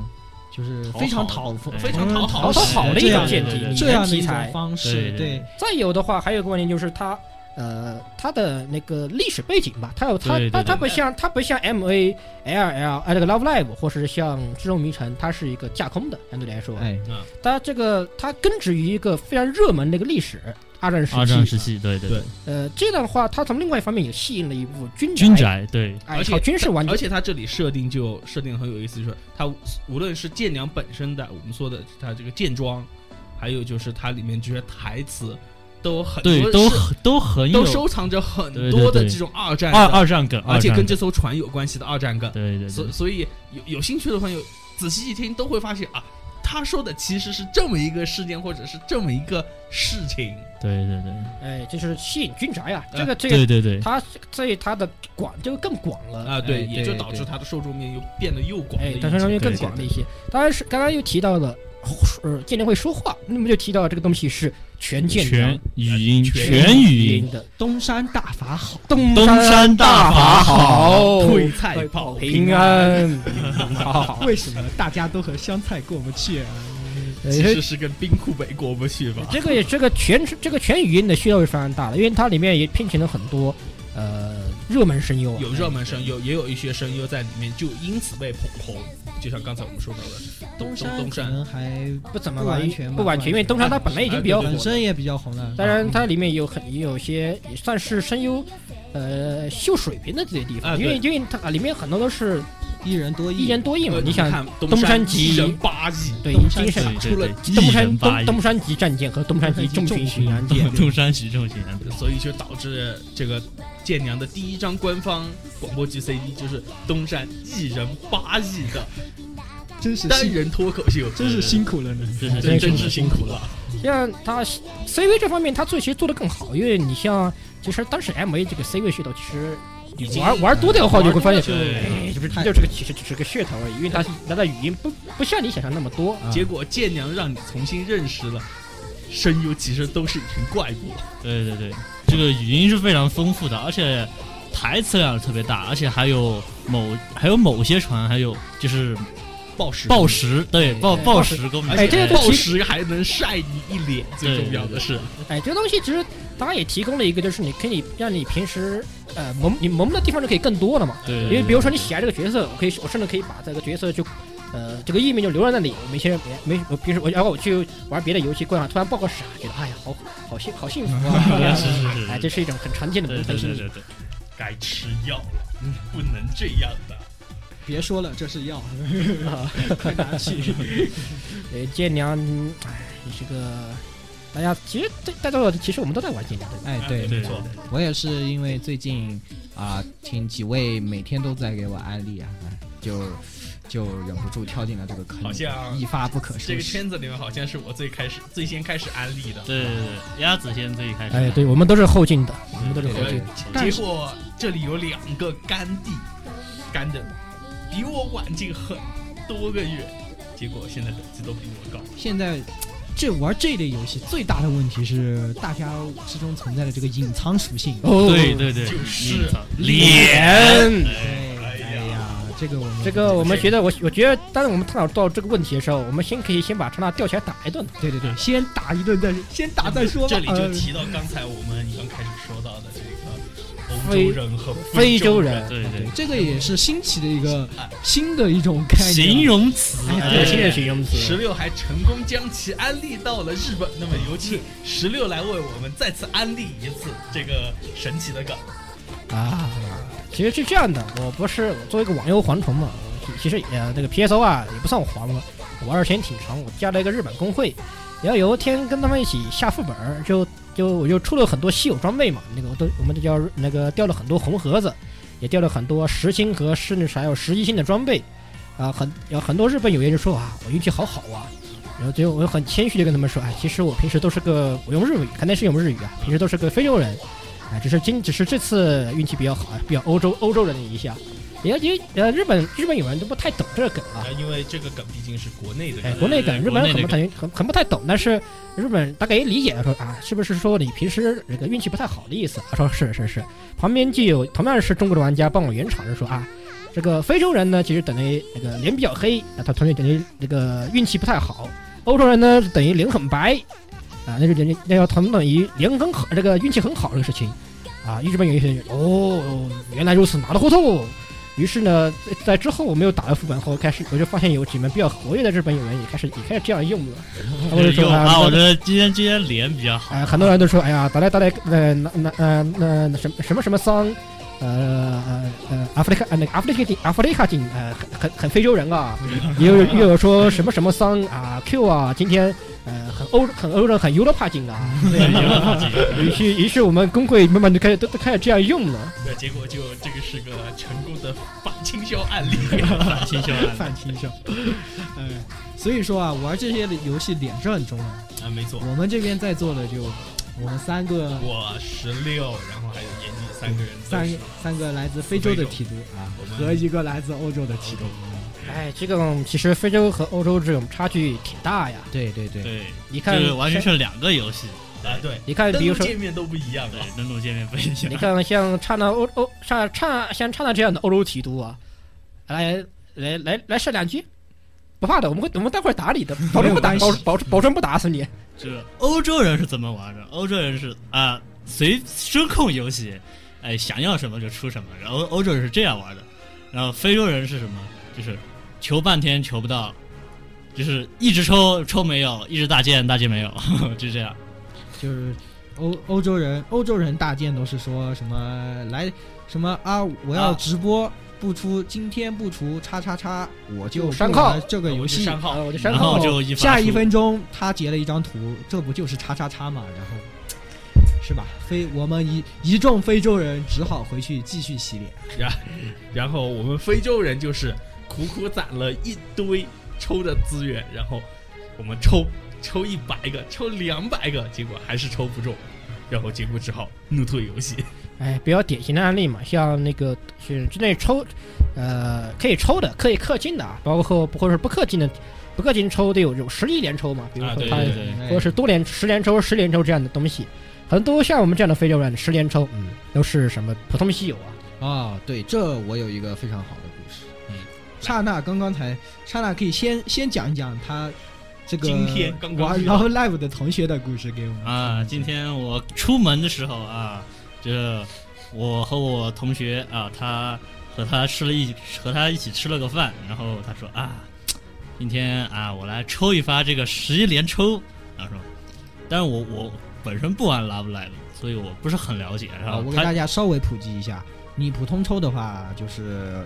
C: 就是非常讨
D: 好的
C: 同
B: 非常讨好
A: 好讨好的一种
D: 对
A: 剑
D: 对
A: 题
D: 对，对
A: 拟
C: 这
A: 人
C: 样的
A: 题
C: 一
A: 材
C: 种。方
D: 对
C: 式，
D: 对
C: 对
A: 再有的话，还有一个观点就是它，呃，它的那个历史背景吧，它有它
D: 对对
A: 它
D: 对
A: 它不像它不像 M A L L 哎这个 Love Live 或是像《智龙迷城》，它是一个架空的，相对来说，
C: 哎，
A: 它这个它根植于一个非常热门的一个历史，二战时期。
D: 二战时期，对对
B: 对，
A: 呃，这样的话，它从另外一方面也吸引了一部分军
D: 军，宅对
A: 哎，
B: 而且
A: 朝军事玩家
B: 而且它这里设定就设定得很有意思，就是它无无论是舰娘本身的，我们说的它这个舰装，还有就是它里面这些台词，都很
D: 对
B: 多
D: 都
B: 是
D: 都很
B: 都
D: 有
B: 收藏着很
D: 对对
B: 多的
D: 对
B: 这种二战的
D: 二二战梗，
B: 而且
D: 二战
B: 跟
D: 梗
B: 这艘船有关系的二战梗。
D: 对对
B: 所
D: 对
B: 所以有有兴趣的朋友，仔细一听都会发现啊，他说的其实是这么一个事件，或者是这么一个事情。
D: 对对对
A: 哎，这就是吸引军察呀，
B: 哎
A: 这个这个
D: 对对对，
A: 他所以他的广就更广了。
B: 啊，对，
C: 哎
B: 也就
C: 对
B: 导致
C: 对
B: 它的受众面又变得又广了
A: 哎
B: 一，
A: 它传
B: 些
A: 染。更
D: 对
A: 广了一些。当然是刚刚又提到了，呃，见联会说话，那么就提到这个东西是全舰长
D: 全语音
B: 全
D: 全语音，
A: 的
C: 东山大法好，
A: 东
D: 东山大法
A: 好，
B: 退菜跑
A: 哦平安，
B: [laughs]
A: 好好好。
E: 为什么大家都和湘菜过不去啊？
A: 呃
B: 其实是跟冰库北过不去吧？
A: 这个也这个全这个全语音的需求是非常大的，因为它里面也聘请了很多呃热门声优啊，
B: 有热门声优，也有一些声优在里面，就因此被捧红。就像刚才我们说到的，东东东
A: 嗯
C: 可
B: 山，
C: 能还
A: 不怎么
C: 不完
A: 完
C: 全吧
A: 不完全，因为东山它本来已经比较火
B: 哎
A: 了
C: 本。身也比较红了。
A: 当然，它里面有很也有些也算是声优，呃，秀水平的这些地
B: 啊
A: 方，
B: 对
A: 因为因为它里面很多都是
C: 一人多
A: 一
C: 艺，
A: 言多义嘛
B: 呃。
A: 你想，
B: 看东
A: 东山
B: 一
A: 集
B: 人八亿，
A: 对
C: 东山
A: 金
D: 对
A: 山
D: 对
B: 出了
D: 对，
A: 东
D: 一
A: 山
D: 人八
A: 东
D: 亿，
A: 东山集战舰和东山集重巡巡洋
D: [laughs]
A: 舰，
D: 东山徐正贤，
B: 所以就导致这个舰娘的第一张官方广播剧 CD 就是东山一人八亿的
E: 真是
B: 单
E: 辛，
B: 人脱口秀，
E: 真是辛苦了你。
D: 这是
B: 真
D: 真
B: 真
D: 正
B: 是
D: 的
B: 辛苦了。
A: 像它 CV 这方面，它做其实做的更好，因为你像其实当时 MA 这个 CV 噱头，其实
B: 已
A: 你
B: 经
A: 玩玩多点的话，就会发现，
D: 对
A: 哎，这不是这就是个其实只是个噱头而已，因为它它的语音不不像你想象那么多。
B: 结果舰娘让你重新认识了，声优其实都是一群怪 [laughs] 物。
D: 对对对，这个语音是非常丰富的，而且台词量也特别大，而且还有某还有某些船，还有就是
B: 暴食，
D: 暴，食，对暴
A: 对
D: 暴
A: 暴
D: 食跟我们
A: 哎这个
D: 对
B: 暴食还能晒你一脸，最重要的是，
A: 哎，这个东西其实它也提供了一个，就是你可以让你平时呃萌你萌的地方就可以更多了嘛。
D: 对，
A: 因为比如说你喜爱这个角色，我可以我甚至可以把这个角色就，呃，这个页面就留在那里，没些没没我平时我然后我去玩别的游戏，过两天突然爆个傻，觉得哎呀好好幸好幸福
D: [laughs] 对
A: 啊！
D: 是是是是，
A: 哎，这是一种很常见的
D: 对
A: 萌
D: 对
A: 粉心
D: 对
A: 理。
D: 对对，
B: 该吃药了，不能这样的。
E: 别说了，这是
A: [laughs]
E: 药，
A: 啊
E: 快拿去。
A: 呃，剑娘，嗯哎，这个大家其实这大家其实我们都在玩剑娘，对吧？
B: 啊
C: 哎，对，
D: 对
C: 没错我也是因为最近啊，听几位每天都在给我安利啊，哎就就忍不住跳进了这个坑里，
B: 好像
C: 一发不可
B: 这
C: 收
B: 个
C: 拾。
B: 圈子里面好像是我最开始最先开始安利的，
D: 对对对，鸭子先最开始，
A: 哎，对，我们都是后进的，我们都是后进
B: 对
A: 的。
B: 结果这里有两个干弟，干的比我晚进很多个月，结果现在等级都比我高。
C: 现在这玩这类游戏最大的问题是，大家之中存在的这个隐藏属性。
A: 哦
D: 对对对，
B: 就是
D: 隐藏
A: 脸。
C: 哎哎呀，这个我们
A: 这个我们觉得，我我觉得，当我们探讨到这个问题的时候，我们先可以先把长大吊起来打一顿。
C: 对对对，先打一顿再先
A: 啊
C: 打再说吧。
B: 这里就
C: 呃
B: 提到刚才我们刚开始说到的这个欧
A: 非
B: 洲人和
A: 非洲
B: 洲
A: 人，哎
D: 对
C: 对
D: 对，
C: 呃这个也是新奇的一个新的一种概念。
D: 形容词，
A: 哎
D: 哎
A: 对，新的形容词。
B: 十六还成功将其安利到了日本，那么有请十六来为我们再次安利一次这个神奇的梗。
A: 啊，其实是这样的，我不是我作为一个网游蝗虫嘛，我其实也那个 PSO 啊也不算黄了，我玩儿时间挺长，我加了一个日本公会，然后有一天跟他们一起下副本儿，就就我就出了很多稀有装备嘛，那个我都我们都叫那个掉了很多红盒子，也掉了很多十星和甚至是还有十一星的装备，啊，很有很多日本友人就说啊，我运气好好啊。然后最后我就很谦虚的跟他们说，哎，其实我平时都是个我用日语，还能是用日语啊，平时都是个非洲人，啊，只是今只是这次运气比较好，比较欧洲欧洲人的一下，也也呃日本日本有人都不太懂这个梗啊
B: 啊，，因为这个梗毕竟是国内的
A: 哎，
B: 梗，
A: 国内梗
D: 呃
A: 日本人很
D: 国内
A: 不
D: 的
A: 太很很不太懂，但是日本人大概也理解了说啊，是不是说你平时这个运气不太好的意思？啊他说是是是，旁边就有同样是中国的玩家帮我圆场，就说啊。这个非洲人呢，其实等于那个脸比较黑，啊，他同学等于那个运气不太好；欧洲人呢，等于脸很白，啊，那就等于那要同等于脸很好，这个运气很好这个事情，啊，日本有一些人哦，原来如此，拿了糊涂。于是呢，在在之后我没有打了副本后，开始我就发现有几名比较活跃的日本友人也开始也开始这样用了，他们就说
D: 用
A: 啊，
D: 啊，
A: 那
D: 我觉得今天今天脸比较好，
A: 哎，很多人都说，哎呀，打来打来，呃，那那呃那那什么什么什么桑，呃呃呃，阿弗利卡呃那个阿弗利卡警阿弗利卡警，
D: 嗯
A: 呃，很很很非洲人啊，也有也有说什么什么桑啊 Q 啊，今天啊、呃，很欧很欧洲很 Europa 劲的啊。
D: 对，一万块钱
A: 于是于是我们工会慢慢就开始都都开始这样用了。
B: 对，结果就这个是个成功的反倾销案
A: [laughs]
B: 例。
D: 反倾销案
C: 反倾销。 [laughs] 哎，所以说啊，玩这些游戏脸是很重要的。
B: 啊，没错，
C: 我们这边在座的就我们三个，
B: 我十六，然后还有眼镜三个人，
C: 三三个来自非洲的提督啊，
B: 我
C: 和
B: 们
C: 一个来自欧洲的提督。
A: 哎，这种其实非洲和欧洲这种差距挺大呀。
C: 对对对，
D: 对，
A: 你看，
D: 这完全是两个游戏，
B: 啊，对，
A: 你看，比如
B: 登录
A: 说，
B: 界面都不一样
D: 对
B: 啊。，
D: 登录界面不一
A: 你
D: 样。
A: 看像刹那欧欧刹刹像刹那这样的欧洲提督啊，来来来来射两局，不怕的，我们会我们待会儿打你
C: [laughs]
A: 的，保证不打，
C: 没有
A: 保
C: 关系
A: 保保证不打死你。
D: 这欧洲人是怎么玩的？欧洲人是啊，随声控游戏，哎，想要什么就出什么。然后欧洲人是这样玩的，然后非洲人是什么？就是求半天求不到，就是一直抽抽没有，一直大剑大剑没有， [laughs] 就这样。
C: 就是欧欧洲人，欧洲人大件都是说什么来什么啊，我要
D: 啊
C: 直播。不出今天不出叉叉叉，我就不
A: 删号
C: 玩这个游戏。
B: 删号
A: 啊，我就删
D: 然
A: 号
D: 后就一发
C: 下一
D: 出
C: 分钟他截了一张图，这不就是叉叉叉嘛？然后是吧？非我们一一众非洲人只好回去继续洗脸。
B: 嗯然后我们非洲人就是苦苦攒了一堆抽的资源，然后我们抽抽一百个，抽两百个，结果还是抽不中，然后结果只好怒退游戏。
A: 哎，比较典型的案例嘛，像那个是之内抽，呃，可以抽的，可以氪金的啊，包括不或者不氪金的，不氪金抽的有有十一连抽嘛，比如
B: 啊
A: 说
B: 对
A: 他
D: 对对，
C: 哎
A: 或者是多连十连抽、十连抽这样的东西，很多像我们这样的非洲人十连抽
C: 嗯
A: 都是什么普通稀有啊。
C: 啊、对，这我有一个非常好的故事。
B: 嗯，
C: 刹那刚刚才，刹那可以先先讲一讲他这个
B: 今天刚刚
C: 玩
B: 遇到
C: Love Live 的同学的故事给我们
D: 啊，今天我出门的时候啊，这我和我同学啊，他和他吃了一和他一起吃了个饭，然后他说啊，今天啊我来抽一发这个十一连抽，然后说，啊但是我我本身不玩 Love Live，所以我不是很了解，然
C: 啊，
D: 后
C: 我给
D: 他
C: 大家稍微普及一下，你普通抽的话就是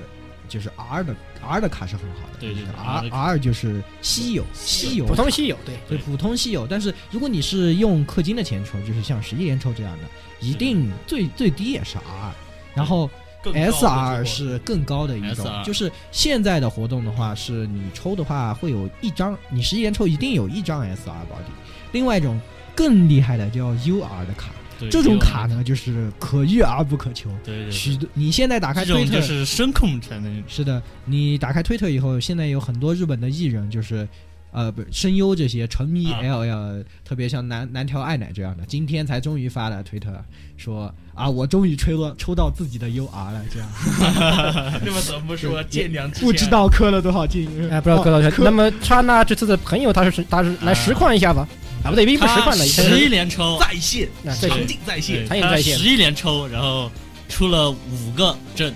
C: 就是 R 的 R 的卡是很好的，
D: 对对对
C: R
D: R 的
C: R 就是稀有稀有
A: 普通稀有，对，
C: 对普通稀有，但是如果你是用氪金的钱抽，就是像十一连抽这样的，一定最最低也是 R，然后
B: 更高的
C: SR
B: 结果
C: 是更高的一种
D: SR，
C: 就是现在的活动的话，是你抽的话会有一张，你十一连抽一定有一张 SR 保底，另外一种更厉害的叫 UR 的卡，
D: 对
C: 这种卡，
D: 就
C: 呢就是可遇而不可求，
D: 对对对，
C: 许多你现在打开
D: 这
C: 推
D: 种
C: 特
D: 就是声控才能
C: 是的，你打开推特以后，现在有很多日本的艺人，就是，呃，不是声优这些沉迷
D: 啊
C: LL，、特别像南南条爱乃这样的，今天才终于发了推特说啊，我终于抽到抽到自己的 UR 了，这样
B: 那么怎么说见两之前
C: 不知道磕了多少金，
A: [laughs] 哎，不知道
C: 哦
A: 各位同学
C: 氪
A: 那么刹那这次的朋友他是他是来实况一下吧？啊，不对，并不是实况的，
D: 十一
A: 是
D: 连抽，
B: 在线
A: 那这
B: 场
A: 是
B: 景在
D: 对
B: 线，
A: 还有在
D: 他
A: 线
D: 十一连抽，然后出了五个阵，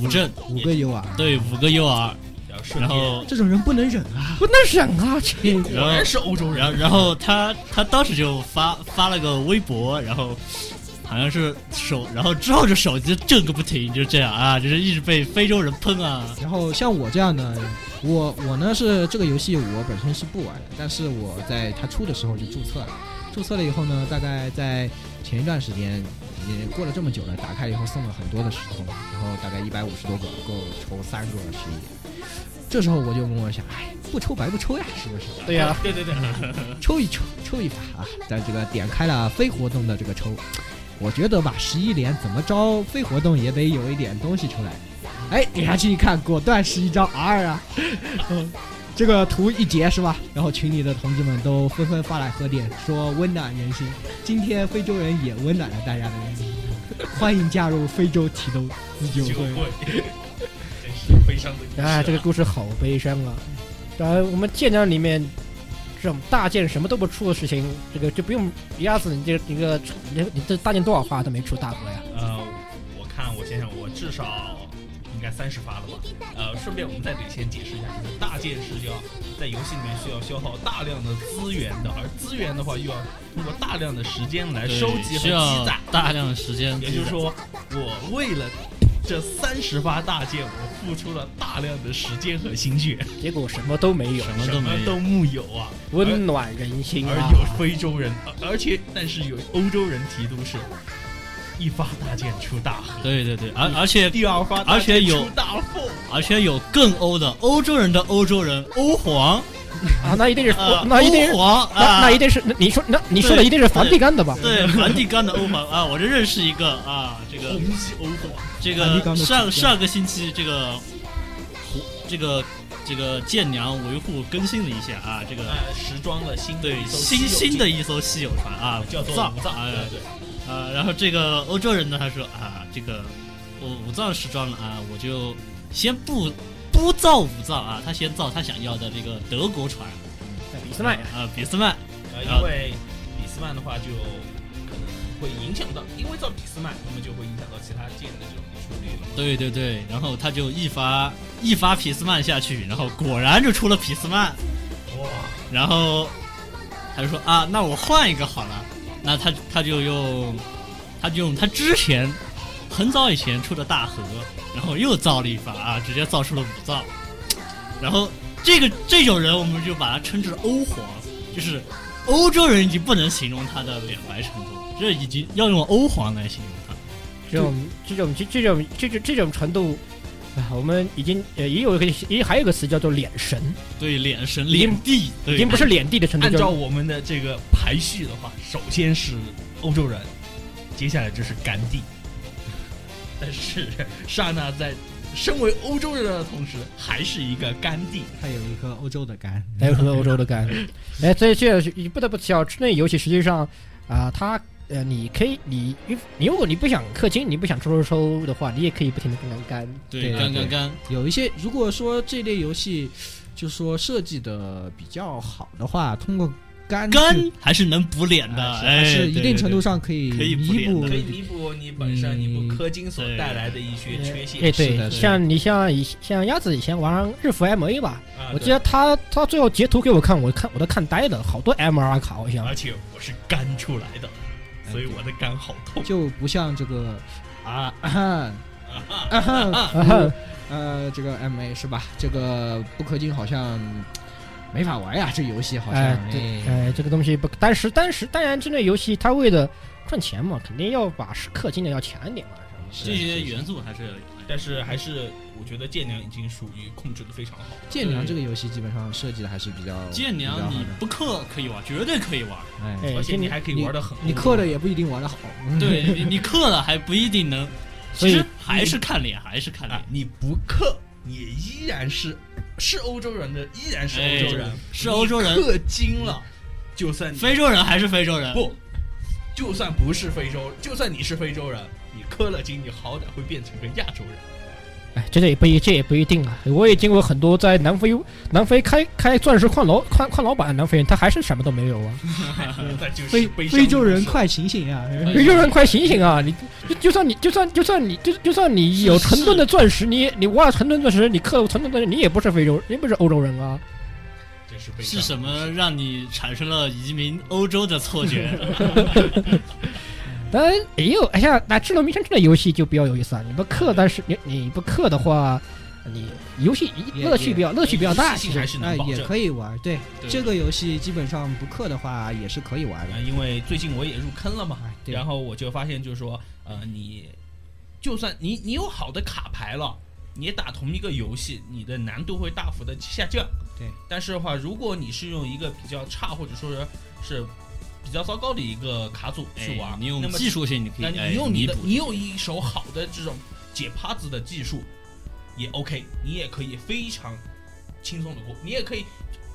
D: 五阵。
C: 五个 UR，
D: 对，五个 UR，
B: 然后顺
D: 然
B: 便
D: 后
C: 这种人不能忍啊！
A: 不能忍啊！这
B: 果然是欧洲人，
D: 然后然后他他当时就发发了个微博，然后好像是手，然后之后这手机震个不停，就这样啊，就是一直被非洲人喷啊。
C: 然后像我这样的，我我呢是这个游戏我本身是不玩的，但是我在它出的时候就注册了，注册了以后呢，大概在前一段时间，也过了这么久了，打开以后送了很多的石头，然后大概一百五十多个，够抽三个十一。这时候我就默想，哎，不抽白不抽呀，是不是？
A: 对呀，
B: 对对对，
C: 抽一抽，抽一把啊！在这个点开了非活动的这个抽，我觉得吧，十一连怎么着，非活动也得有一点东西出来。哎，点下去一看，果断是一张 R 啊！ [laughs] 嗯，这个图一截是吧？然后群里的同志们都纷纷发来贺电，说温暖人心。今天非洲人也温暖了大家的人心，欢迎加入非洲提兜自救
B: 酒
C: 会。
B: 会， [laughs] 真是悲伤的故事
A: 啊，这个故事好悲伤啊！当然，我们舰长里面这种大舰什么都不出的事情，这个就不用压死你这一个你你这大舰多少发都没出大国呀？
B: 呃，我看我想想，我至少应该三十发了吧。呃，顺便我们在这里先解释一下，就是大件是要在游戏里面需要消耗大量的资源的，而资源的话又要通过大量的时间来收集和
D: 对需
B: 积
D: 要
B: 攒。
D: 大量的时间积
B: 也
D: 攒，
B: 就是说，我为了这三十发大剑，我付出了大量的时间和心血，
A: 结果什么都没有，
D: 什么
B: 什
D: 都
B: 么
D: 没有
B: 都。哎木有啊。
A: 温暖人心
B: 而
A: 啊！
B: 有非洲人，而而且但是有欧洲人提督是，一发大剑出大河，
D: 对对对，而而且
B: 第二发
D: 而且有
B: 出大凤，
D: 而且有更欧的欧洲人的欧洲人欧皇，
A: 啊，那一定是
D: 啊，
A: 那一定是
D: 欧皇
A: 那
D: 啊，
A: 那一定是那你说那你说的一定是梵蒂冈的吧？
D: 对梵蒂冈的欧皇啊，我这认识一个啊，这个
B: 红旗欧皇，
D: 这
C: 梵蒂
D: 个
C: 冈的主
D: 上
C: 教
D: 上个星期这个胡这个这个舰娘维护更新了一下啊，这个
B: 呃，时装的新
D: 对
B: 一艘
D: 新
B: 稀有
D: 新的一艘稀有船啊，
B: 叫做
D: 藏
B: 武藏，
D: 啊
B: 对对，
D: 啊，然后这个欧洲人呢，他说啊，这个我武藏时装了啊，我就先不不造武藏啊，他先造他想要的这个德国船，
A: 俾斯麦
D: 啊，俾斯麦，
B: 呃，
D: 啊
B: 因为俾斯曼的话就可能会影响到，因为造俾斯曼，那么就会影响到其他舰的这种出力了。
D: 对对对，然后他就一发一发俾斯曼下去，然后果然就出了俾斯曼，
B: 哇，
D: 然后他就说啊，那我换一个好了，那他他就用他就用他之前很早以前出的大河，然后又造了一发啊，直接造出了五造，然后这个这种人我们就把他称之欧皇，就是欧洲人已经不能形容他的脸白程度，这已经要用欧皇来形容他。
A: 这种这种这这种这种这种程度。啊，我们已经呃也有一个也还有一个词叫做脸神，
D: 对，脸神
A: 已经
D: 脸帝，对
A: 已经不是脸帝的程度，
B: 按照
A: 叫
B: 我们的这个排序的话，首先是欧洲人，接下来就是甘地。 [laughs] 但是刹那在身为欧洲人的同时，还是一个甘地。
C: 还有一颗欧洲的肝，
A: 还有很多欧洲的感觉。哎，所以这也不得不提啊，室内游戏实际上啊，它呃，你可以你你如果你不想氪金，你不想抽抽抽的话，你也可以不停的干干干。
D: 对
C: 对
D: 干
C: 对
D: 干干，
F: 有一些
C: 如果说这类游戏就说设计的比较好的话，通过肝
D: 干还是能补脸的，哎，
C: 还嗯是一
D: 对
C: 定程度
D: 对
C: 上可以
D: 可以补
C: 弥补
D: 脸
B: 可以弥补你本身你不氪金所带来的一些缺陷。
A: 哎，
C: 是
A: 对，
C: 的是的
A: 像你像以像鸭子以前玩日服 M A 吧，
B: 啊
A: 我
B: 对
A: 记得他他最后截图给我看，我看我都看呆了，好多 M R 卡好像 [laughs]
B: 而。且我是肝出来的，所以我的肝好痛。
C: 就不像这个啊啊哈啊哈
A: 啊哈
C: 呃这个 M A 是吧？这个不氪金好像没法玩呀，这游戏好像
A: 哎，对，
C: 哎
A: 哎，这个东西不，但是但是当然，这类游戏它为了赚钱嘛，肯定要把氪金的要强一点嘛。
C: 嗯
A: 是吧
D: 这些元素还是要有。
B: 但是还是我觉得舰娘已经属于控制的非常好。
C: 剑娘这个游戏基本上设计的还是比较
D: 剑
C: 比较
D: 娘
C: 好
D: 你
C: 的
D: 不氪可以玩，绝对可以
B: [laughs]
D: 玩。
C: 哎，
A: 哎，
B: 而且
A: 今
B: 你
A: 年
B: 还可以玩的很欧洲，
C: 你氪的也不一定玩的好，嗯
D: 对你你氪了还不一定能，
A: 所
D: 其
A: 以
D: 实还是看脸，还是看
B: 啊
D: 脸。，
B: 你不氪，你依然是是欧洲人的，依然是欧洲人
D: 哎，是欧洲人
B: 你氪金了，就算你
D: 非洲人还是非洲人，
B: 不，就算不是非洲，就算你是非洲人，你氪了金，你好歹会变成个亚洲人。
A: 哎，这个也不一，这也不一定啊。我也见过很多在南非，南非开开钻石矿楼矿矿老板，南非人他还是什么都没有啊。
B: 那就是
C: 非
B: 悲伤
C: 非洲人
B: 的故事
C: 快醒醒啊！
D: 哎
A: 非洲人快醒醒啊！你就就算你就算就算你就就算你有成吨的钻石，你你挖了成吨钻石，你克服成吨钻石，你也不是非洲，你也不是欧洲人啊。
B: 真是悲伤
D: 是什么让你产生了移民欧洲的错
A: [laughs]
B: [laughs]
D: 觉？
A: 当然也有，哎呀，那《智能迷城》这类游戏就比较有意思啊。你不氪，但是你你不氪的话，你游戏
C: 也
A: 乐趣比较乐趣比较大。
B: 游戏
A: 其
B: 性还
A: 实
B: 是
C: 哎
B: 能保
C: 也
B: 证。
C: 可以玩，对
D: 对
C: 这个游戏基本上不氪的话也是可以玩的
B: 呃，。因为最近我也入坑了嘛，
C: 哎对
B: 然后我就发现就是说，呃，你就算你你有好的卡牌了，你也打同一个游戏，你的难度会大幅的下降。
C: 对，
B: 但是的话，如果你是用一个比较差或者说是是比较糟糕的一个卡组
D: 哎
B: 去玩，
D: 你用
B: 那么
D: 技术性你可
B: 那
D: 以，哎
B: 你用你
D: 弥
B: 的
D: 补
B: 你有一手好的这种解趴子的技术，也 OK，你也可以非常轻松的过，你也可以。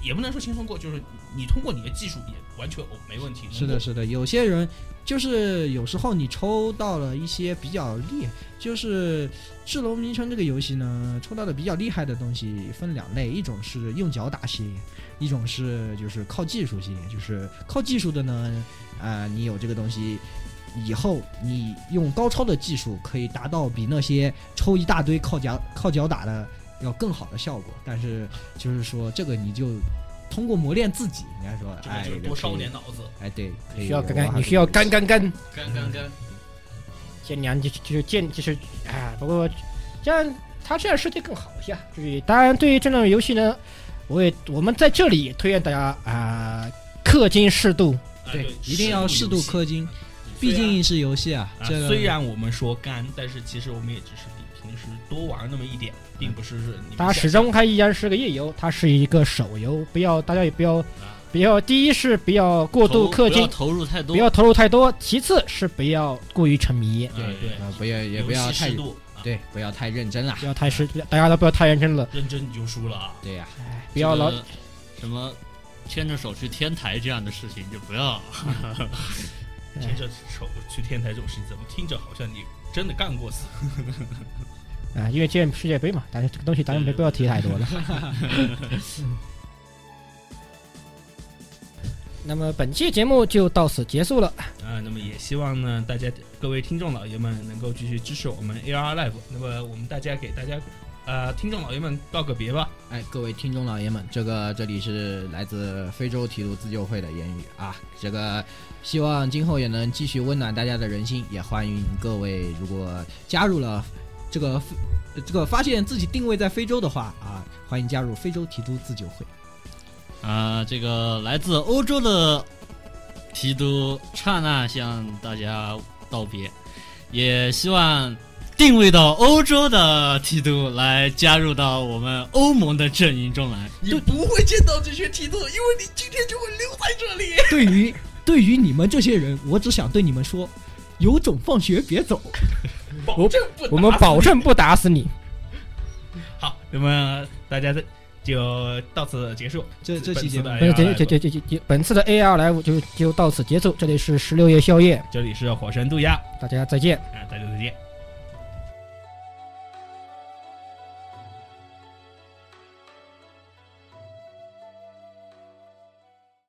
B: 也不能说轻松过，就是你通过你的技术也完全哦没问题。
C: 是的，是的，有些人就是有时候你抽到了一些比较厉，就是《智龙迷城》这个游戏呢，抽到的比较厉害的东西分两类，一种是用脚打系列，一种是就是靠技术系列，就是靠技术的呢，啊、你有这个东西。以后你用高超的技术可以达到比那些抽一大堆靠脚靠脚打的要更好的效果，但是就是说这个你就通过磨练自己，应该说，
B: 这个
C: 哎，
B: 就是
C: 也
B: 多
C: 可
B: 烧
C: 以
B: 点脑子，
C: 哎，对，可以
A: 需要
C: 有
A: 干
C: 啊
A: 干，你需要干。干干。
B: 干干干。
A: 建娘就就是建就是啊，不过这样他这样设计更好一些。就是当然，对于这种游戏呢，我也我们在这里也推荐大家啊、氪金适度，
B: 啊
C: 对一定要适度
B: 游戏
C: 氪金，
B: 虽
C: 毕
B: 然
C: 竟是游戏啊。
B: 啊
C: 这，个
B: 虽然我们说干，但是其实我们也只是比平时多玩那么一点，并不是说你们
A: 它
B: 想
A: 始终还依然是个页游，它是一个手游，不要大家也不要不要，第一是不要 [laughs] 过度
D: 投
A: 氪
D: 不要
A: 金，
D: 投入太
A: 不
D: 多，
A: 要投入太多；其次是不要过于沉迷，
B: 啊对，
C: 啊，不要也
B: 游
C: 不要
B: 戏
C: 太
B: 适度，啊
C: 对，不要太认真了。
A: 不要太是大家都不要太认真了，
B: 认真你就输了啊。
C: 对呀、
A: 哎不要老
D: 这个什么牵着手去天台这样的事情就不要。
A: 哎
B: 牵着手去天台这种事情，怎么听着好像你真的干过似的？
A: 啊，因为见世界杯嘛，但是这个东西咱们没必要提太多了。 [laughs] 那么本期节目就到此结束了，
B: 啊，那么也希望呢，大家各位听众老爷们能够继续支持我们 AR Live。那么我们大家给大家，呃，听众老爷们道个别吧。
C: 哎，各位听众老爷们，这个这里是来自非洲提督自救会的言语啊，这个希望今后也能继续温暖大家的人心，也欢迎各位如果加入了这个这个发现自己定位在非洲的话啊，欢迎加入非洲提督自救会。
D: 啊、这个来自欧洲的提督刹那向大家道别，也希望定位到欧洲的提督来加入到我们欧盟的阵营中来。
C: 你不会见到这些提督，因为你今天就会留在这里。
E: 对于对于你们这些人，我只想对你们说，有种放学别走。
B: 保证不
A: 我们
B: 打死
A: 保证不打死你。
B: 好。那么大家再就到此结束。
C: 这这
B: 本次
C: 期节目
B: 的
A: 本
B: AR
A: 这
B: Live
A: 这这这这本次的 AR 来就就到此结束，这里是十六夜宵夜，
B: 这里是火神渡鸦，
A: 大家再见。
B: 啊，大家再见。